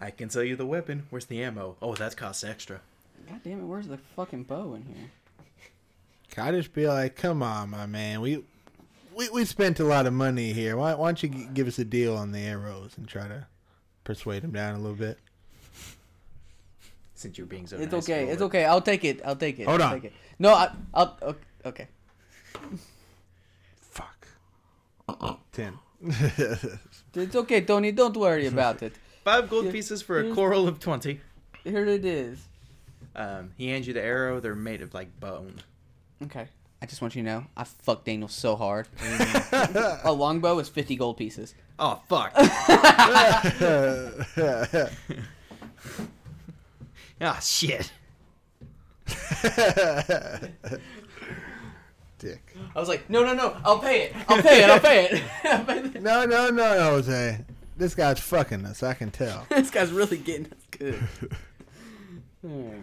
Speaker 1: I can sell you the weapon. Where's the ammo? Oh, that costs extra.
Speaker 3: God damn it! Where's the fucking bow in here?
Speaker 2: Can I just be like, come on, my man. We we, we spent a lot of money here. Why, why don't you g- give us a deal on the arrows and try to persuade him down a little bit?
Speaker 1: Since you're being so
Speaker 3: It's
Speaker 1: nice,
Speaker 3: okay.
Speaker 1: roll
Speaker 3: It's
Speaker 1: it.
Speaker 3: okay. I'll take it. I'll take it.
Speaker 2: Hold
Speaker 3: I'll
Speaker 2: on.
Speaker 3: Take it. No, I, I'll. Okay. okay.
Speaker 2: Fuck. Ten. [LAUGHS]
Speaker 3: It's okay, Tony. Don't worry about it.
Speaker 1: Five gold pieces for a
Speaker 3: Here's-
Speaker 1: coral of twenty.
Speaker 3: Here it is.
Speaker 1: Um, he hands you the arrow. They're made of like bone.
Speaker 3: Okay. I just want you to know, I fucked Daniel
Speaker 2: [LAUGHS]
Speaker 3: so hard. a longbow is 50 gold pieces.
Speaker 1: Oh
Speaker 3: [LAUGHS]
Speaker 1: fuck! Ah shit!
Speaker 2: Dick.
Speaker 3: I was like, no, no, no, I'll pay it. [LAUGHS] I'll pay it. I'll pay it. I'll pay it.
Speaker 2: No, no, no, Jose. This guy's fucking us. I can tell.
Speaker 3: [LAUGHS] this guy's really getting us good.
Speaker 2: [LAUGHS]
Speaker 3: Oh, Alright.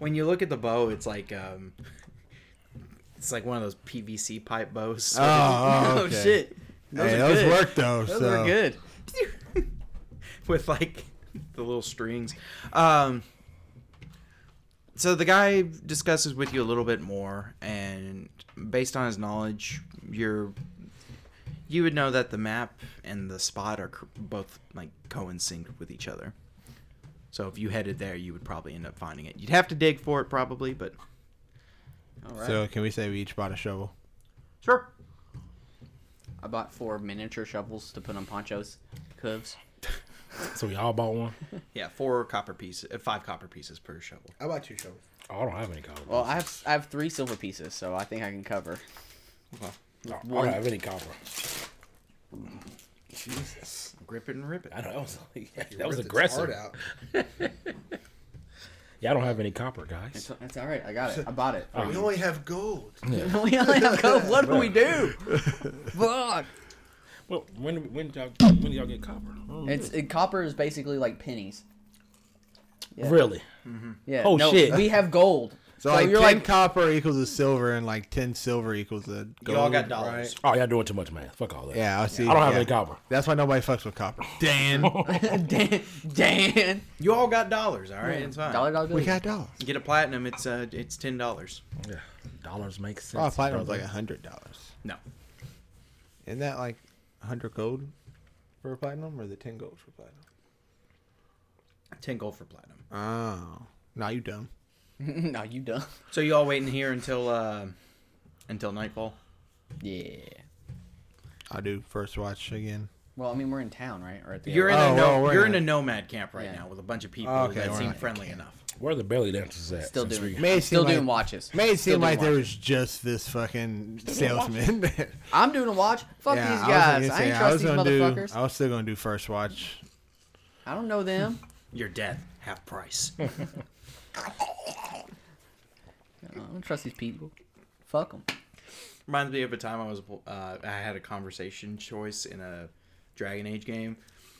Speaker 1: When you look at the bow, it's like um, it's like one of those PVC pipe bows.
Speaker 2: Oh, oh,
Speaker 3: Oh,
Speaker 2: okay.
Speaker 3: shit.
Speaker 2: Those
Speaker 3: Those
Speaker 2: hey,
Speaker 3: are
Speaker 2: those
Speaker 3: good.
Speaker 2: work though.
Speaker 3: Those
Speaker 2: so.
Speaker 3: were good.
Speaker 1: with like [LAUGHS] the little strings. Um, so the guy discusses with you a little bit more, and based on his knowledge, you're you would know that the map and the spot are cr- both like coincident with each other. So if you headed there, you would probably end up finding it. You'd have to dig for it probably, but
Speaker 3: All right.
Speaker 2: So can we say we each bought a shovel?
Speaker 1: sure.
Speaker 3: I bought four miniature shovels to put on Poncho's hooves.
Speaker 4: So we all bought one.
Speaker 1: Yeah, four copper pieces, uh, five copper pieces per shovel.
Speaker 2: I bought two shovels.
Speaker 4: Oh, I don't have any copper.
Speaker 3: Well, I have I have three silver pieces, so I think I can cover.
Speaker 4: no, I don't have any copper.
Speaker 2: Jesus.
Speaker 1: Grip it and rip it.
Speaker 4: I don't. [LAUGHS] That was, that was aggressive. Yeah, I don't have any copper,
Speaker 3: It's,
Speaker 4: guys.
Speaker 3: it's all right. I got it. I bought
Speaker 4: [LAUGHS]
Speaker 3: it.
Speaker 4: Oh. We
Speaker 2: only have gold.
Speaker 3: [LAUGHS] we only have gold. What do we
Speaker 4: [LAUGHS]
Speaker 3: do? Fuck.
Speaker 4: Well, when when did y'all when did y'all get copper? I don't
Speaker 3: It's it, copper is basically like pennies. Yeah.
Speaker 4: Really?
Speaker 3: Yeah.
Speaker 4: Oh,
Speaker 3: no,
Speaker 4: shit.
Speaker 3: We have gold.
Speaker 2: [LAUGHS] So, like 10 copper equals a silver and like 10 silver equals a gold.
Speaker 1: all got dollars.
Speaker 4: Oh, y'all doing too much, man. Fuck
Speaker 3: [LAUGHS]
Speaker 4: all that.
Speaker 2: Yeah, I see.
Speaker 4: I don't have
Speaker 2: yeah.
Speaker 4: any copper.
Speaker 2: That's why nobody fucks with copper. Dan.
Speaker 3: [LAUGHS] Dan, Dan.
Speaker 1: You all got dollars, all right? It's fine.
Speaker 3: Dollar dollar
Speaker 2: [LAUGHS]
Speaker 3: bill.
Speaker 2: we got dollars.
Speaker 1: Get a platinum. It's uh, it's ten dollars.
Speaker 4: [LAUGHS] Yeah. Dollars make sense.
Speaker 2: Oh, platinum was like
Speaker 4: brother.
Speaker 2: $100.
Speaker 1: No,
Speaker 2: Isn't that like 100 gold for a platinum or is it 10 gold for platinum?
Speaker 1: ten gold for platinum.
Speaker 2: Oh. Nah, you dumb.
Speaker 3: [LAUGHS] no, you dumb.
Speaker 1: So you all waiting here until uh, until nightfall.
Speaker 3: Yeah.
Speaker 2: I do first watch again.
Speaker 3: Well, I mean, we're in town, right? Or at the
Speaker 1: You're in
Speaker 2: Oh,
Speaker 1: a no,
Speaker 2: well, we're
Speaker 1: you're
Speaker 2: in
Speaker 1: in a
Speaker 2: a-
Speaker 1: nomad camp right
Speaker 3: Yeah.
Speaker 1: now with a bunch of people
Speaker 2: Okay,
Speaker 1: that
Speaker 2: we're
Speaker 1: seem
Speaker 2: not-
Speaker 1: friendly enough.
Speaker 4: Where the belly dancers at?
Speaker 3: still
Speaker 4: since
Speaker 3: doing
Speaker 4: we-
Speaker 2: May it
Speaker 3: still
Speaker 2: seem
Speaker 3: doing
Speaker 2: like-
Speaker 3: watches.
Speaker 2: Made it seem
Speaker 3: Still doing
Speaker 2: like there
Speaker 3: watches.
Speaker 2: was just this [LAUGHS] fucking salesman.
Speaker 3: I'm doing a watch. Fuck
Speaker 2: Yeah, I
Speaker 3: these
Speaker 2: was
Speaker 3: guys.
Speaker 2: gonna
Speaker 3: I,
Speaker 2: say,
Speaker 3: ain't
Speaker 2: I
Speaker 3: trust
Speaker 2: was
Speaker 3: these
Speaker 2: gonna do-
Speaker 3: motherfuckers.
Speaker 2: I was still gonna do first watch.
Speaker 3: I don't know them.
Speaker 1: Your death half price.
Speaker 3: I don't trust these people. Fuck them.
Speaker 1: Reminds me of a time I was uh, I had a conversation choice in a Dragon Age game,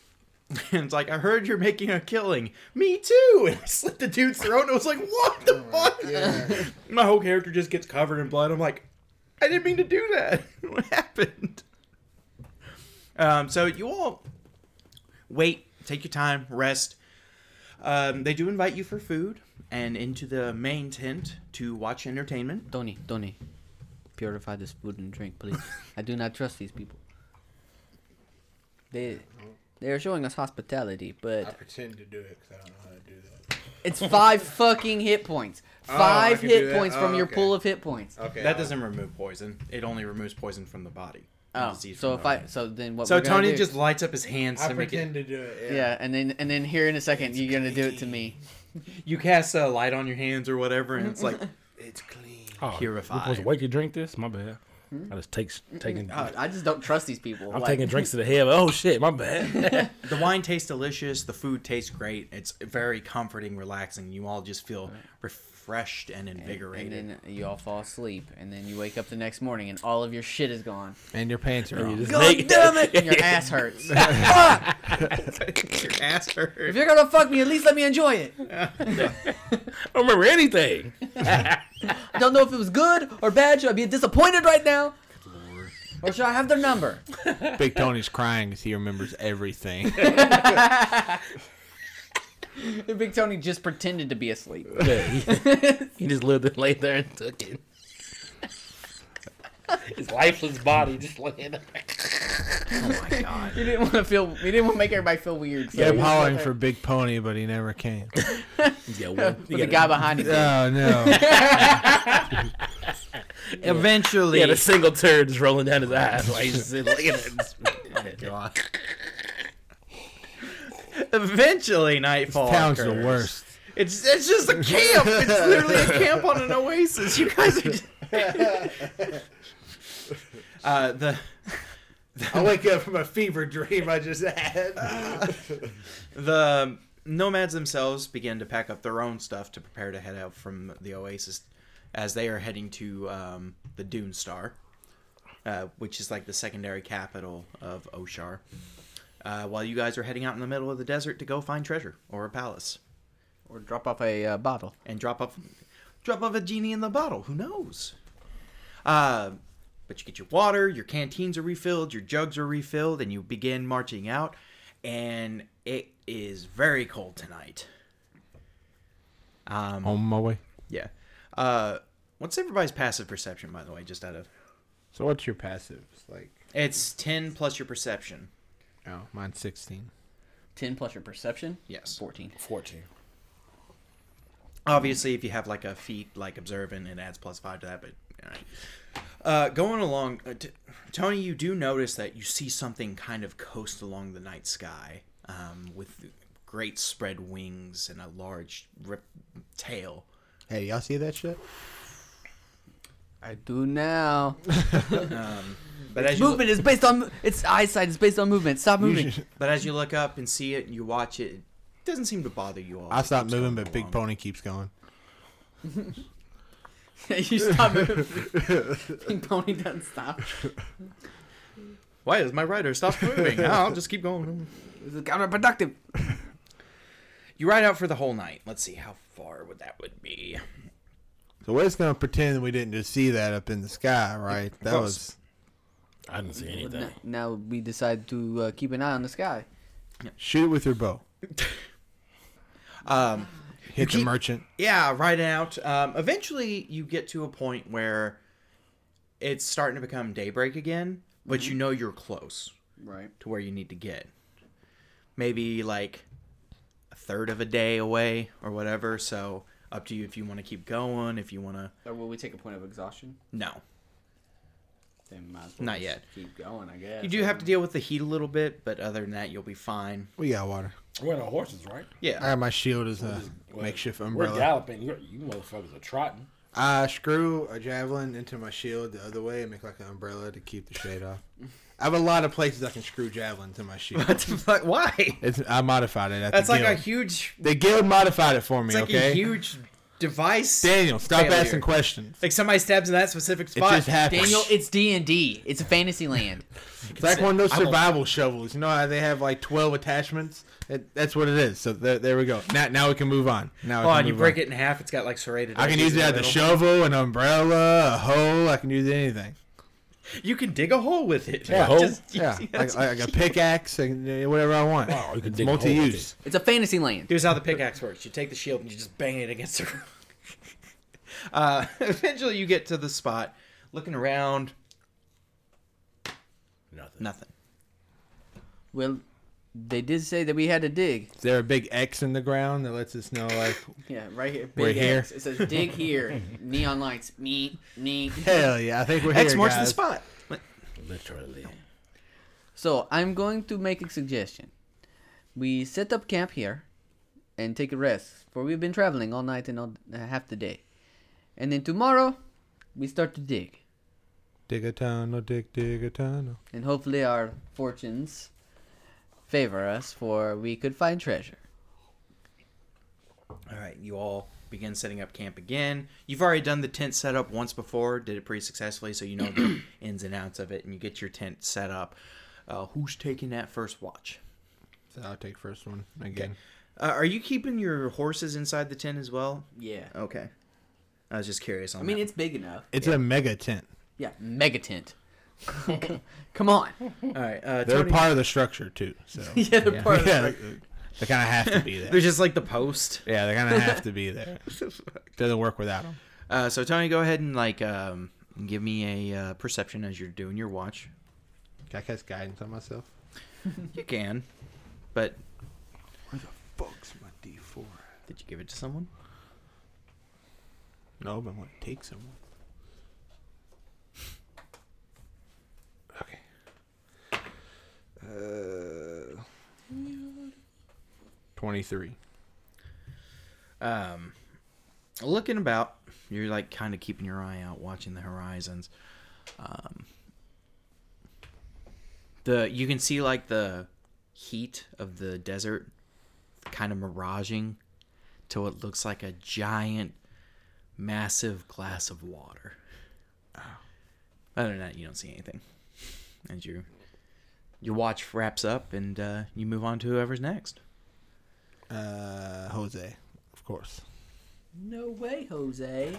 Speaker 1: [LAUGHS] And it's like, I heard you're making a killing. Me too. [LAUGHS] And I slit the dude's throat and I was like, what the fuck? [LAUGHS] My whole character just gets covered in blood. I'm like, I didn't mean to do that. [LAUGHS] what happened? Um, so you all wait, take your time, rest. Um, they do invite you for food and into the main tent to watch entertainment.
Speaker 3: Tony, Tony, purify this food and drink, [LAUGHS] please. I do not trust these people. They
Speaker 2: Mm-hmm.
Speaker 3: they are showing us hospitality,
Speaker 2: I [LAUGHS]
Speaker 3: but
Speaker 2: pretend to do it because I don't know how to do that.
Speaker 3: it's five fucking hit points. Five
Speaker 2: Oh, can do
Speaker 3: hit
Speaker 2: that?
Speaker 3: points from
Speaker 2: Oh,
Speaker 3: your
Speaker 2: okay.
Speaker 3: pool of hit points.
Speaker 2: Okay.
Speaker 1: That doesn't remove poison. It only removes poison from the body.
Speaker 3: Oh,
Speaker 1: Disease
Speaker 3: so
Speaker 1: from
Speaker 3: if
Speaker 1: the
Speaker 3: I
Speaker 1: body.
Speaker 3: so then what?
Speaker 1: So
Speaker 3: we're gonna
Speaker 1: Tony
Speaker 3: do-
Speaker 1: just lights up his hands
Speaker 2: I
Speaker 1: to make it.
Speaker 2: pretend to do it. Yeah.
Speaker 3: yeah, and then and then here in a second you're gonna do it to me.
Speaker 1: You cast a light on your hands or whatever, and it's
Speaker 3: [LAUGHS]
Speaker 1: like
Speaker 2: It's clean.
Speaker 4: Oh,
Speaker 1: Purify.
Speaker 4: We're supposed to wait to drink this? My bad. I just take taking.
Speaker 3: God, Oh, I just don't trust these people.
Speaker 4: I'm
Speaker 3: like-
Speaker 4: taking drinks to the head. Oh shit, my [LAUGHS] bad.
Speaker 1: the wine tastes delicious. The food tastes great. It's very comforting, relaxing. You all just feel refreshed and invigorated. [LAUGHS]
Speaker 3: And then you all fall asleep, and then you wake up the next morning, and all of your shit is gone.
Speaker 2: And your pants are
Speaker 4: You
Speaker 2: on.
Speaker 4: just
Speaker 3: God
Speaker 4: naked.
Speaker 3: damn it! And [LAUGHS] your ass hurts. Fuck!
Speaker 1: your ass
Speaker 3: If
Speaker 1: hurt.
Speaker 3: you're gonna fuck me, at least let me enjoy it.
Speaker 4: I don't remember anything.
Speaker 3: Don't know if it was good or bad. Should I be disappointed right now? Or should I have their number?
Speaker 2: Big Tony's crying because he remembers everything.
Speaker 3: [LAUGHS] Big Tony just pretended to be [LAUGHS] asleep.
Speaker 4: Yeah, he, he just lived it, laid there and took it. His lifeless body just laying there.
Speaker 1: Oh my god.
Speaker 3: He didn't want to feel. He didn't want to make everybody feel weird.
Speaker 2: [LAUGHS]
Speaker 3: So
Speaker 2: Kept hollering for Big Pony, but he never [LAUGHS] came.
Speaker 4: He's [LAUGHS] got one.
Speaker 3: But the guy behind him.
Speaker 2: Oh [LAUGHS] no!
Speaker 1: Eventually,
Speaker 4: He had a single turd just rolling down his eyes. [LAUGHS] Like he's just sitting looking
Speaker 1: [LAUGHS]
Speaker 4: at this.
Speaker 3: Oh,
Speaker 1: eventually, nightfall.
Speaker 2: Town's the
Speaker 1: occurs.
Speaker 2: worst.
Speaker 1: It's it's just a camp.
Speaker 2: [LAUGHS]
Speaker 1: It's literally a camp on an oasis. You guys are. Just... [LAUGHS] uh, the
Speaker 2: I wake up from a fever dream I just
Speaker 1: [LAUGHS]
Speaker 2: had.
Speaker 1: the nomads themselves begin to pack up their own stuff to prepare to head out from the oasis, as they are heading to um, the Dune Star, uh, which is like the secondary capital of Oshar. Uh, while you guys are heading out in the middle of the desert to go find treasure or a palace.
Speaker 3: Or drop off a uh, bottle.
Speaker 1: and drop off drop off a genie in the bottle. Who knows? Uh, but you get your water, your canteens are refilled, your jugs are refilled, and you begin marching out. And it is very cold tonight. Um,
Speaker 2: On my way.
Speaker 1: yeah. Uh, what's everybody's passive perception, by the way? Just out of
Speaker 2: So what's your passive? It's like
Speaker 1: it's ten plus your perception.
Speaker 2: oh, mine's sixteen.
Speaker 3: Ten plus your perception.
Speaker 1: Yes.
Speaker 3: Fourteen.
Speaker 4: 14.
Speaker 1: obviously if you have like a feat like observant it adds plus five to that but all right. uh, going along uh, t- tony you do notice that you see something kind of coast along the night sky um, with great spread wings and a large rip tail
Speaker 2: Hey, y'all see that shit?
Speaker 3: I do now.
Speaker 1: Um, but as, you,
Speaker 3: movement is based on its eyesight is based on movement. Stop moving.
Speaker 1: but as you look up and see it and you watch it it doesn't seem to bother you all
Speaker 2: I
Speaker 1: It
Speaker 2: stopped
Speaker 1: keeps
Speaker 2: moving,
Speaker 1: going
Speaker 2: but Big
Speaker 1: along.
Speaker 2: Pony keeps going.
Speaker 3: [LAUGHS] you stop moving. [LAUGHS] Pink Pony doesn't stop.
Speaker 1: why does my rider stop
Speaker 2: [LAUGHS]
Speaker 1: moving i'll just keep going
Speaker 3: This is counterproductive.
Speaker 1: you ride out for the whole night let's see how far would that would be
Speaker 2: So we're just gonna pretend we didn't just see that up in the sky, right? That
Speaker 1: Well,
Speaker 2: was
Speaker 4: I didn't see anything.
Speaker 3: N- now we decide to uh, keep an eye on the sky.
Speaker 2: shoot it with your bow.
Speaker 1: um
Speaker 2: Hit the
Speaker 1: keep-
Speaker 2: merchant.
Speaker 1: Yeah, right out. Um, eventually, you get to a point where it's starting to become daybreak again, but
Speaker 2: Mm-hmm.
Speaker 1: you know you're close
Speaker 3: Right.
Speaker 1: to where you need to get. Maybe like a third of a day away or whatever. So up to you if you want to keep going. If you want to,
Speaker 3: Or will we take a point of exhaustion?
Speaker 1: no,
Speaker 3: Then might as
Speaker 1: well Not just yet.
Speaker 3: Keep going, I guess.
Speaker 1: you do have to deal with the heat a little bit, but other than that, you'll be fine.
Speaker 2: We got water.
Speaker 4: We're on horses, right?
Speaker 2: I
Speaker 1: Yeah,
Speaker 2: have my shield as a makeshift
Speaker 4: We're
Speaker 2: umbrella.
Speaker 4: galloping. You're, you motherfuckers are trotting.
Speaker 2: I screw a javelin into my shield the other way and make like an umbrella to keep the shade off. I have a lot of places I can screw javelins in my
Speaker 1: [LAUGHS]
Speaker 2: shield.
Speaker 1: [LAUGHS] what the fuck? Why?
Speaker 2: It's, I modified it. At
Speaker 1: That's
Speaker 2: the
Speaker 1: like a
Speaker 2: guild.
Speaker 1: huge.
Speaker 2: the guild modified it for me.
Speaker 1: It's like
Speaker 2: okay,
Speaker 1: a huge device.
Speaker 2: Daniel, stop
Speaker 1: failure.
Speaker 2: asking questions.
Speaker 1: Like somebody stabs in that specific
Speaker 2: It
Speaker 1: spot.
Speaker 2: just happens.
Speaker 3: Daniel, it's D and D. It's fantasy land.
Speaker 2: it's like one of those
Speaker 1: I will-
Speaker 2: survival shovels. You know how they have like twelve attachments? It, that's what it is. So there, there we go. Now, now we can move on. Now we
Speaker 1: Oh,
Speaker 2: can
Speaker 1: and you
Speaker 2: move
Speaker 1: break
Speaker 2: on.
Speaker 1: it in half. It's got like serrated.
Speaker 2: I can
Speaker 1: edges
Speaker 2: use
Speaker 1: in
Speaker 2: it
Speaker 1: the
Speaker 2: as a
Speaker 1: middle.
Speaker 2: shovel, an umbrella, a hoe. I can use
Speaker 1: [LAUGHS]
Speaker 2: anything.
Speaker 1: You can dig a hole with it.
Speaker 4: Yeah, hole.
Speaker 1: [LAUGHS] Just-
Speaker 2: Yeah,
Speaker 1: that's-
Speaker 2: like, like a pickaxe and uh, whatever I want.
Speaker 4: Wow, you could
Speaker 2: It's
Speaker 4: dig a hole with
Speaker 2: multi-use.
Speaker 3: It's a fantasy land.
Speaker 1: [LAUGHS] Here's how the pickaxe works: you take the shield and you just bang it against the. [LAUGHS] uh, [LAUGHS] eventually, you get to the spot. Looking around,
Speaker 4: Nothing.
Speaker 1: nothing.
Speaker 3: Well, they did say that we had to dig.
Speaker 2: Is there a big X in the ground that lets us know, like,
Speaker 3: Yeah, right here.
Speaker 2: We're
Speaker 3: Big
Speaker 2: here.
Speaker 3: X. It says dig [LAUGHS] here. Neon lights. Me, [LAUGHS] me.
Speaker 2: hell yeah, I think we're here,
Speaker 1: X marks the
Speaker 2: guys.
Speaker 1: spot.
Speaker 4: Literally.
Speaker 3: So I'm going to make a suggestion. We set up camp here, and take a rest, for we've been traveling all night and all, uh, half the day. And then tomorrow, we start to dig,
Speaker 2: Digatano, dig, digatano.
Speaker 3: and hopefully our fortunes favor us, for we could find treasure.
Speaker 1: All right, you all begin setting up camp again. You've already done the tent setup once before, did it pretty successfully, so you know
Speaker 2: [CLEARS THROAT]
Speaker 1: the ins and outs of it, and you get your tent set up. Uh, who's taking that first watch?
Speaker 2: So I'll take first one again.
Speaker 1: Uh, are you keeping your horses inside the tent as well?
Speaker 3: Yeah.
Speaker 1: Okay. I was just curious on
Speaker 3: I mean,
Speaker 1: that.
Speaker 3: it's big enough.
Speaker 2: It's a mega tent.
Speaker 3: Yeah, Oh, mega tent. [LAUGHS] Come on.
Speaker 1: all right. Uh,
Speaker 2: They're
Speaker 1: Tony-
Speaker 2: part of the structure, too. [LAUGHS] So
Speaker 3: [LAUGHS] Yeah, they're part of the
Speaker 2: Yeah, they kind of have to be
Speaker 1: They're
Speaker 2: there.
Speaker 1: just like the post.
Speaker 2: yeah, they kind of have to [LAUGHS] be there. Doesn't work without them.
Speaker 1: Uh, so Tony, go ahead and like um, give me a uh, perception as you're doing your watch.
Speaker 2: Can I cast guidance on myself?
Speaker 1: You can, but
Speaker 2: Where the fuck's my D4?
Speaker 1: did you give it to someone?
Speaker 2: No, but I want to take someone. Okay. Uh, 23.
Speaker 1: um, looking about, you're like kind of keeping your eye out, watching the horizons. Um, the you can see like the heat of the desert, kind of miraging to what looks like a giant, massive glass of water. Other than that, you don't see anything, and you. Your watch wraps up, and uh, you move on to whoever's next.
Speaker 2: Uh, Jose, of course.
Speaker 3: No way, Jose.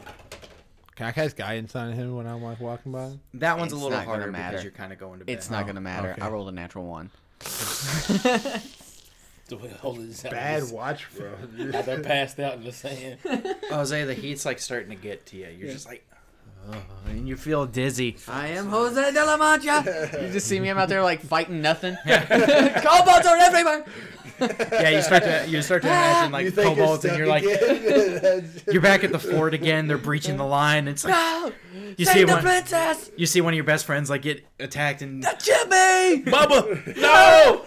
Speaker 2: Can I cast guidance on him when I'm like walking by? him?
Speaker 1: That one's
Speaker 3: It's
Speaker 1: a little
Speaker 3: not gonna
Speaker 1: harder
Speaker 3: matter.
Speaker 1: because you're kind of going to bed.
Speaker 3: It's not gonna matter.
Speaker 2: Oh, okay.
Speaker 3: I rolled a
Speaker 2: [LAUGHS]
Speaker 3: natural one. [LAUGHS]
Speaker 4: The way all this
Speaker 2: watch, [LAUGHS] bro.
Speaker 4: They're passed out in the sand.
Speaker 1: Jose, the heat's like starting to get to you. You're just like, "Ugh," and you feel [LAUGHS] dizzy.
Speaker 3: I am Jose de la Mancha. you just see me. I'm out there like fighting nothing. [LAUGHS] Cobalts are everywhere.
Speaker 1: Yeah, you start to you start to imagine like kobolds, and you're like,
Speaker 2: [LAUGHS]
Speaker 1: you're back at the fort again. They're breaching the line. It's like
Speaker 3: No,
Speaker 1: you see
Speaker 3: save the
Speaker 1: one,
Speaker 3: princess.
Speaker 1: you see one of your best friends like get attacked, and
Speaker 3: Jimmy,
Speaker 4: [LAUGHS] Bubba! [LAUGHS] No!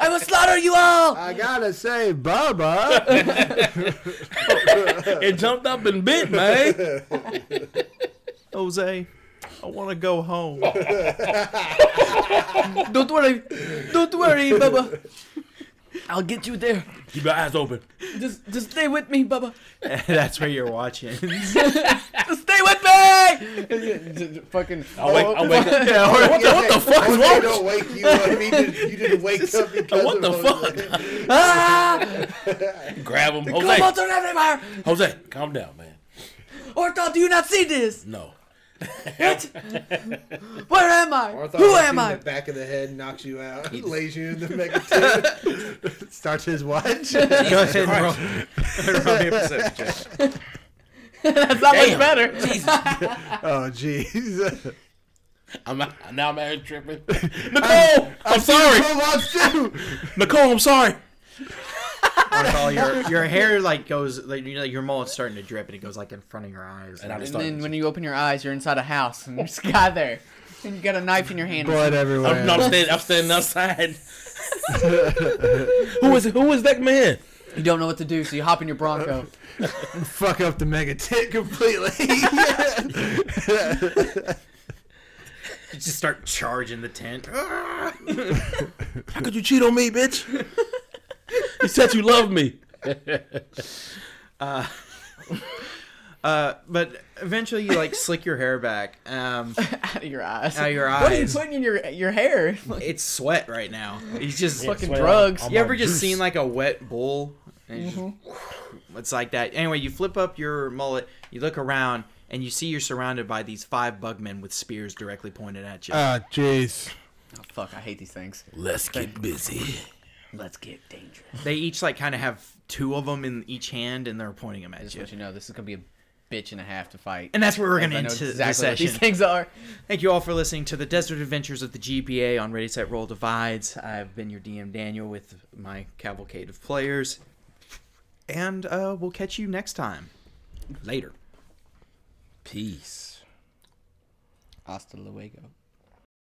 Speaker 3: I will slaughter you all.
Speaker 2: I gotta
Speaker 5: [LAUGHS]
Speaker 2: say, Bubba.
Speaker 4: it jumped up and bit, [LAUGHS] man.
Speaker 1: Jose, I want to go [LAUGHS] home.
Speaker 3: [LAUGHS] Don't worry. Don't worry, Bubba. I'll get you there.
Speaker 4: Keep your eyes open.
Speaker 3: Just, just stay with me, Bubba.
Speaker 1: And that's where you're watching. [LAUGHS]
Speaker 3: Just stay with me. Ah. [LAUGHS] Fucking.
Speaker 4: I'll wake, I'll wake [LAUGHS] up.
Speaker 1: Yeah, or-
Speaker 4: What the, what the fuck is
Speaker 5: Jose
Speaker 4: wrong?
Speaker 5: don't wake you up. He didn't, you
Speaker 2: [LAUGHS]
Speaker 5: didn't wake up because
Speaker 4: Oh, What
Speaker 5: of
Speaker 4: the
Speaker 5: Jose.
Speaker 4: fuck?
Speaker 3: Ah!
Speaker 4: [LAUGHS] Grab him. Jose,
Speaker 3: Cobalts are everywhere.
Speaker 4: Jose, calm down, man.
Speaker 3: Ortal, do you not see this?
Speaker 4: No.
Speaker 3: What? Where am I?
Speaker 5: Arthur
Speaker 3: Who
Speaker 5: hits you
Speaker 3: am
Speaker 5: in
Speaker 3: I?
Speaker 5: The back of the head knocks you out, [LAUGHS] lays you in the mega tent.
Speaker 2: [LAUGHS] Starts his
Speaker 3: [LAUGHS]
Speaker 2: watch.
Speaker 1: go ahead and roll, roll me a perception check.
Speaker 3: That's not
Speaker 4: Damn.
Speaker 3: much better. Jesus.
Speaker 2: Oh, jeez.
Speaker 4: [LAUGHS] I'm not, now I'm out here tripping. Nicole! [LAUGHS] I'm sorry!
Speaker 2: Kobolds too.
Speaker 4: Nicole, I'm sorry!
Speaker 1: Arthal, your your hair like goes like, you know, your mullet's starting to drip, and it goes like in front of your eyes.
Speaker 4: And I
Speaker 3: And
Speaker 4: just
Speaker 3: then
Speaker 4: started.
Speaker 3: when you open your eyes, you're inside a house and there's a guy there. And you got a knife in your hand.
Speaker 2: Blood
Speaker 4: I'm,
Speaker 2: everywhere.
Speaker 4: no, I'm, standing, I'm standing outside. [LAUGHS] who is who is that man?
Speaker 3: You don't know what to do, so you hop in your Bronco.
Speaker 1: Uh,
Speaker 3: [LAUGHS]
Speaker 2: Fuck up the mega tent completely.
Speaker 4: [LAUGHS]
Speaker 1: You just start charging the [LAUGHS] tent.
Speaker 4: How could you cheat on me, bitch? you said you loved me.
Speaker 1: Uh, but eventually, you like slick your hair back. Um,
Speaker 3: out of your eyes.
Speaker 1: Out of your
Speaker 3: What are you
Speaker 1: eyes.
Speaker 3: putting in your your hair? [LAUGHS]
Speaker 1: it's sweat right now. He's just
Speaker 4: Yeah,
Speaker 3: fucking
Speaker 4: sweat
Speaker 3: drugs.
Speaker 4: on- on
Speaker 1: You
Speaker 4: my
Speaker 1: ever just
Speaker 4: juice.
Speaker 1: seen like a wet bull? And it's, just- [SIGHS] it's like that. Anyway, you flip up your mullet, you look around, and you see you're surrounded by these five bugmen with spears directly pointed at you.
Speaker 3: Uh.
Speaker 2: Ah, jeez.
Speaker 3: Oh, fuck, I hate these things.
Speaker 4: Let's get busy.
Speaker 3: Let's get dangerous.
Speaker 1: they each like kind of have two of them in each hand, and they're pointing them
Speaker 3: I
Speaker 1: at
Speaker 3: just
Speaker 1: you.
Speaker 3: want you to know this is gonna be a bitch and a half to fight.
Speaker 1: And that's where we're
Speaker 3: I
Speaker 1: going to
Speaker 3: know
Speaker 1: end t-
Speaker 3: exactly
Speaker 1: this
Speaker 3: what these
Speaker 1: session.
Speaker 3: things are.
Speaker 1: Thank you all for listening to the Desert Adventures of the GPA on Ready Set Roll Divides. I've been your DM Daniel with my cavalcade of players, and uh, we'll catch you next time. Later.
Speaker 4: Peace.
Speaker 3: Hasta luego.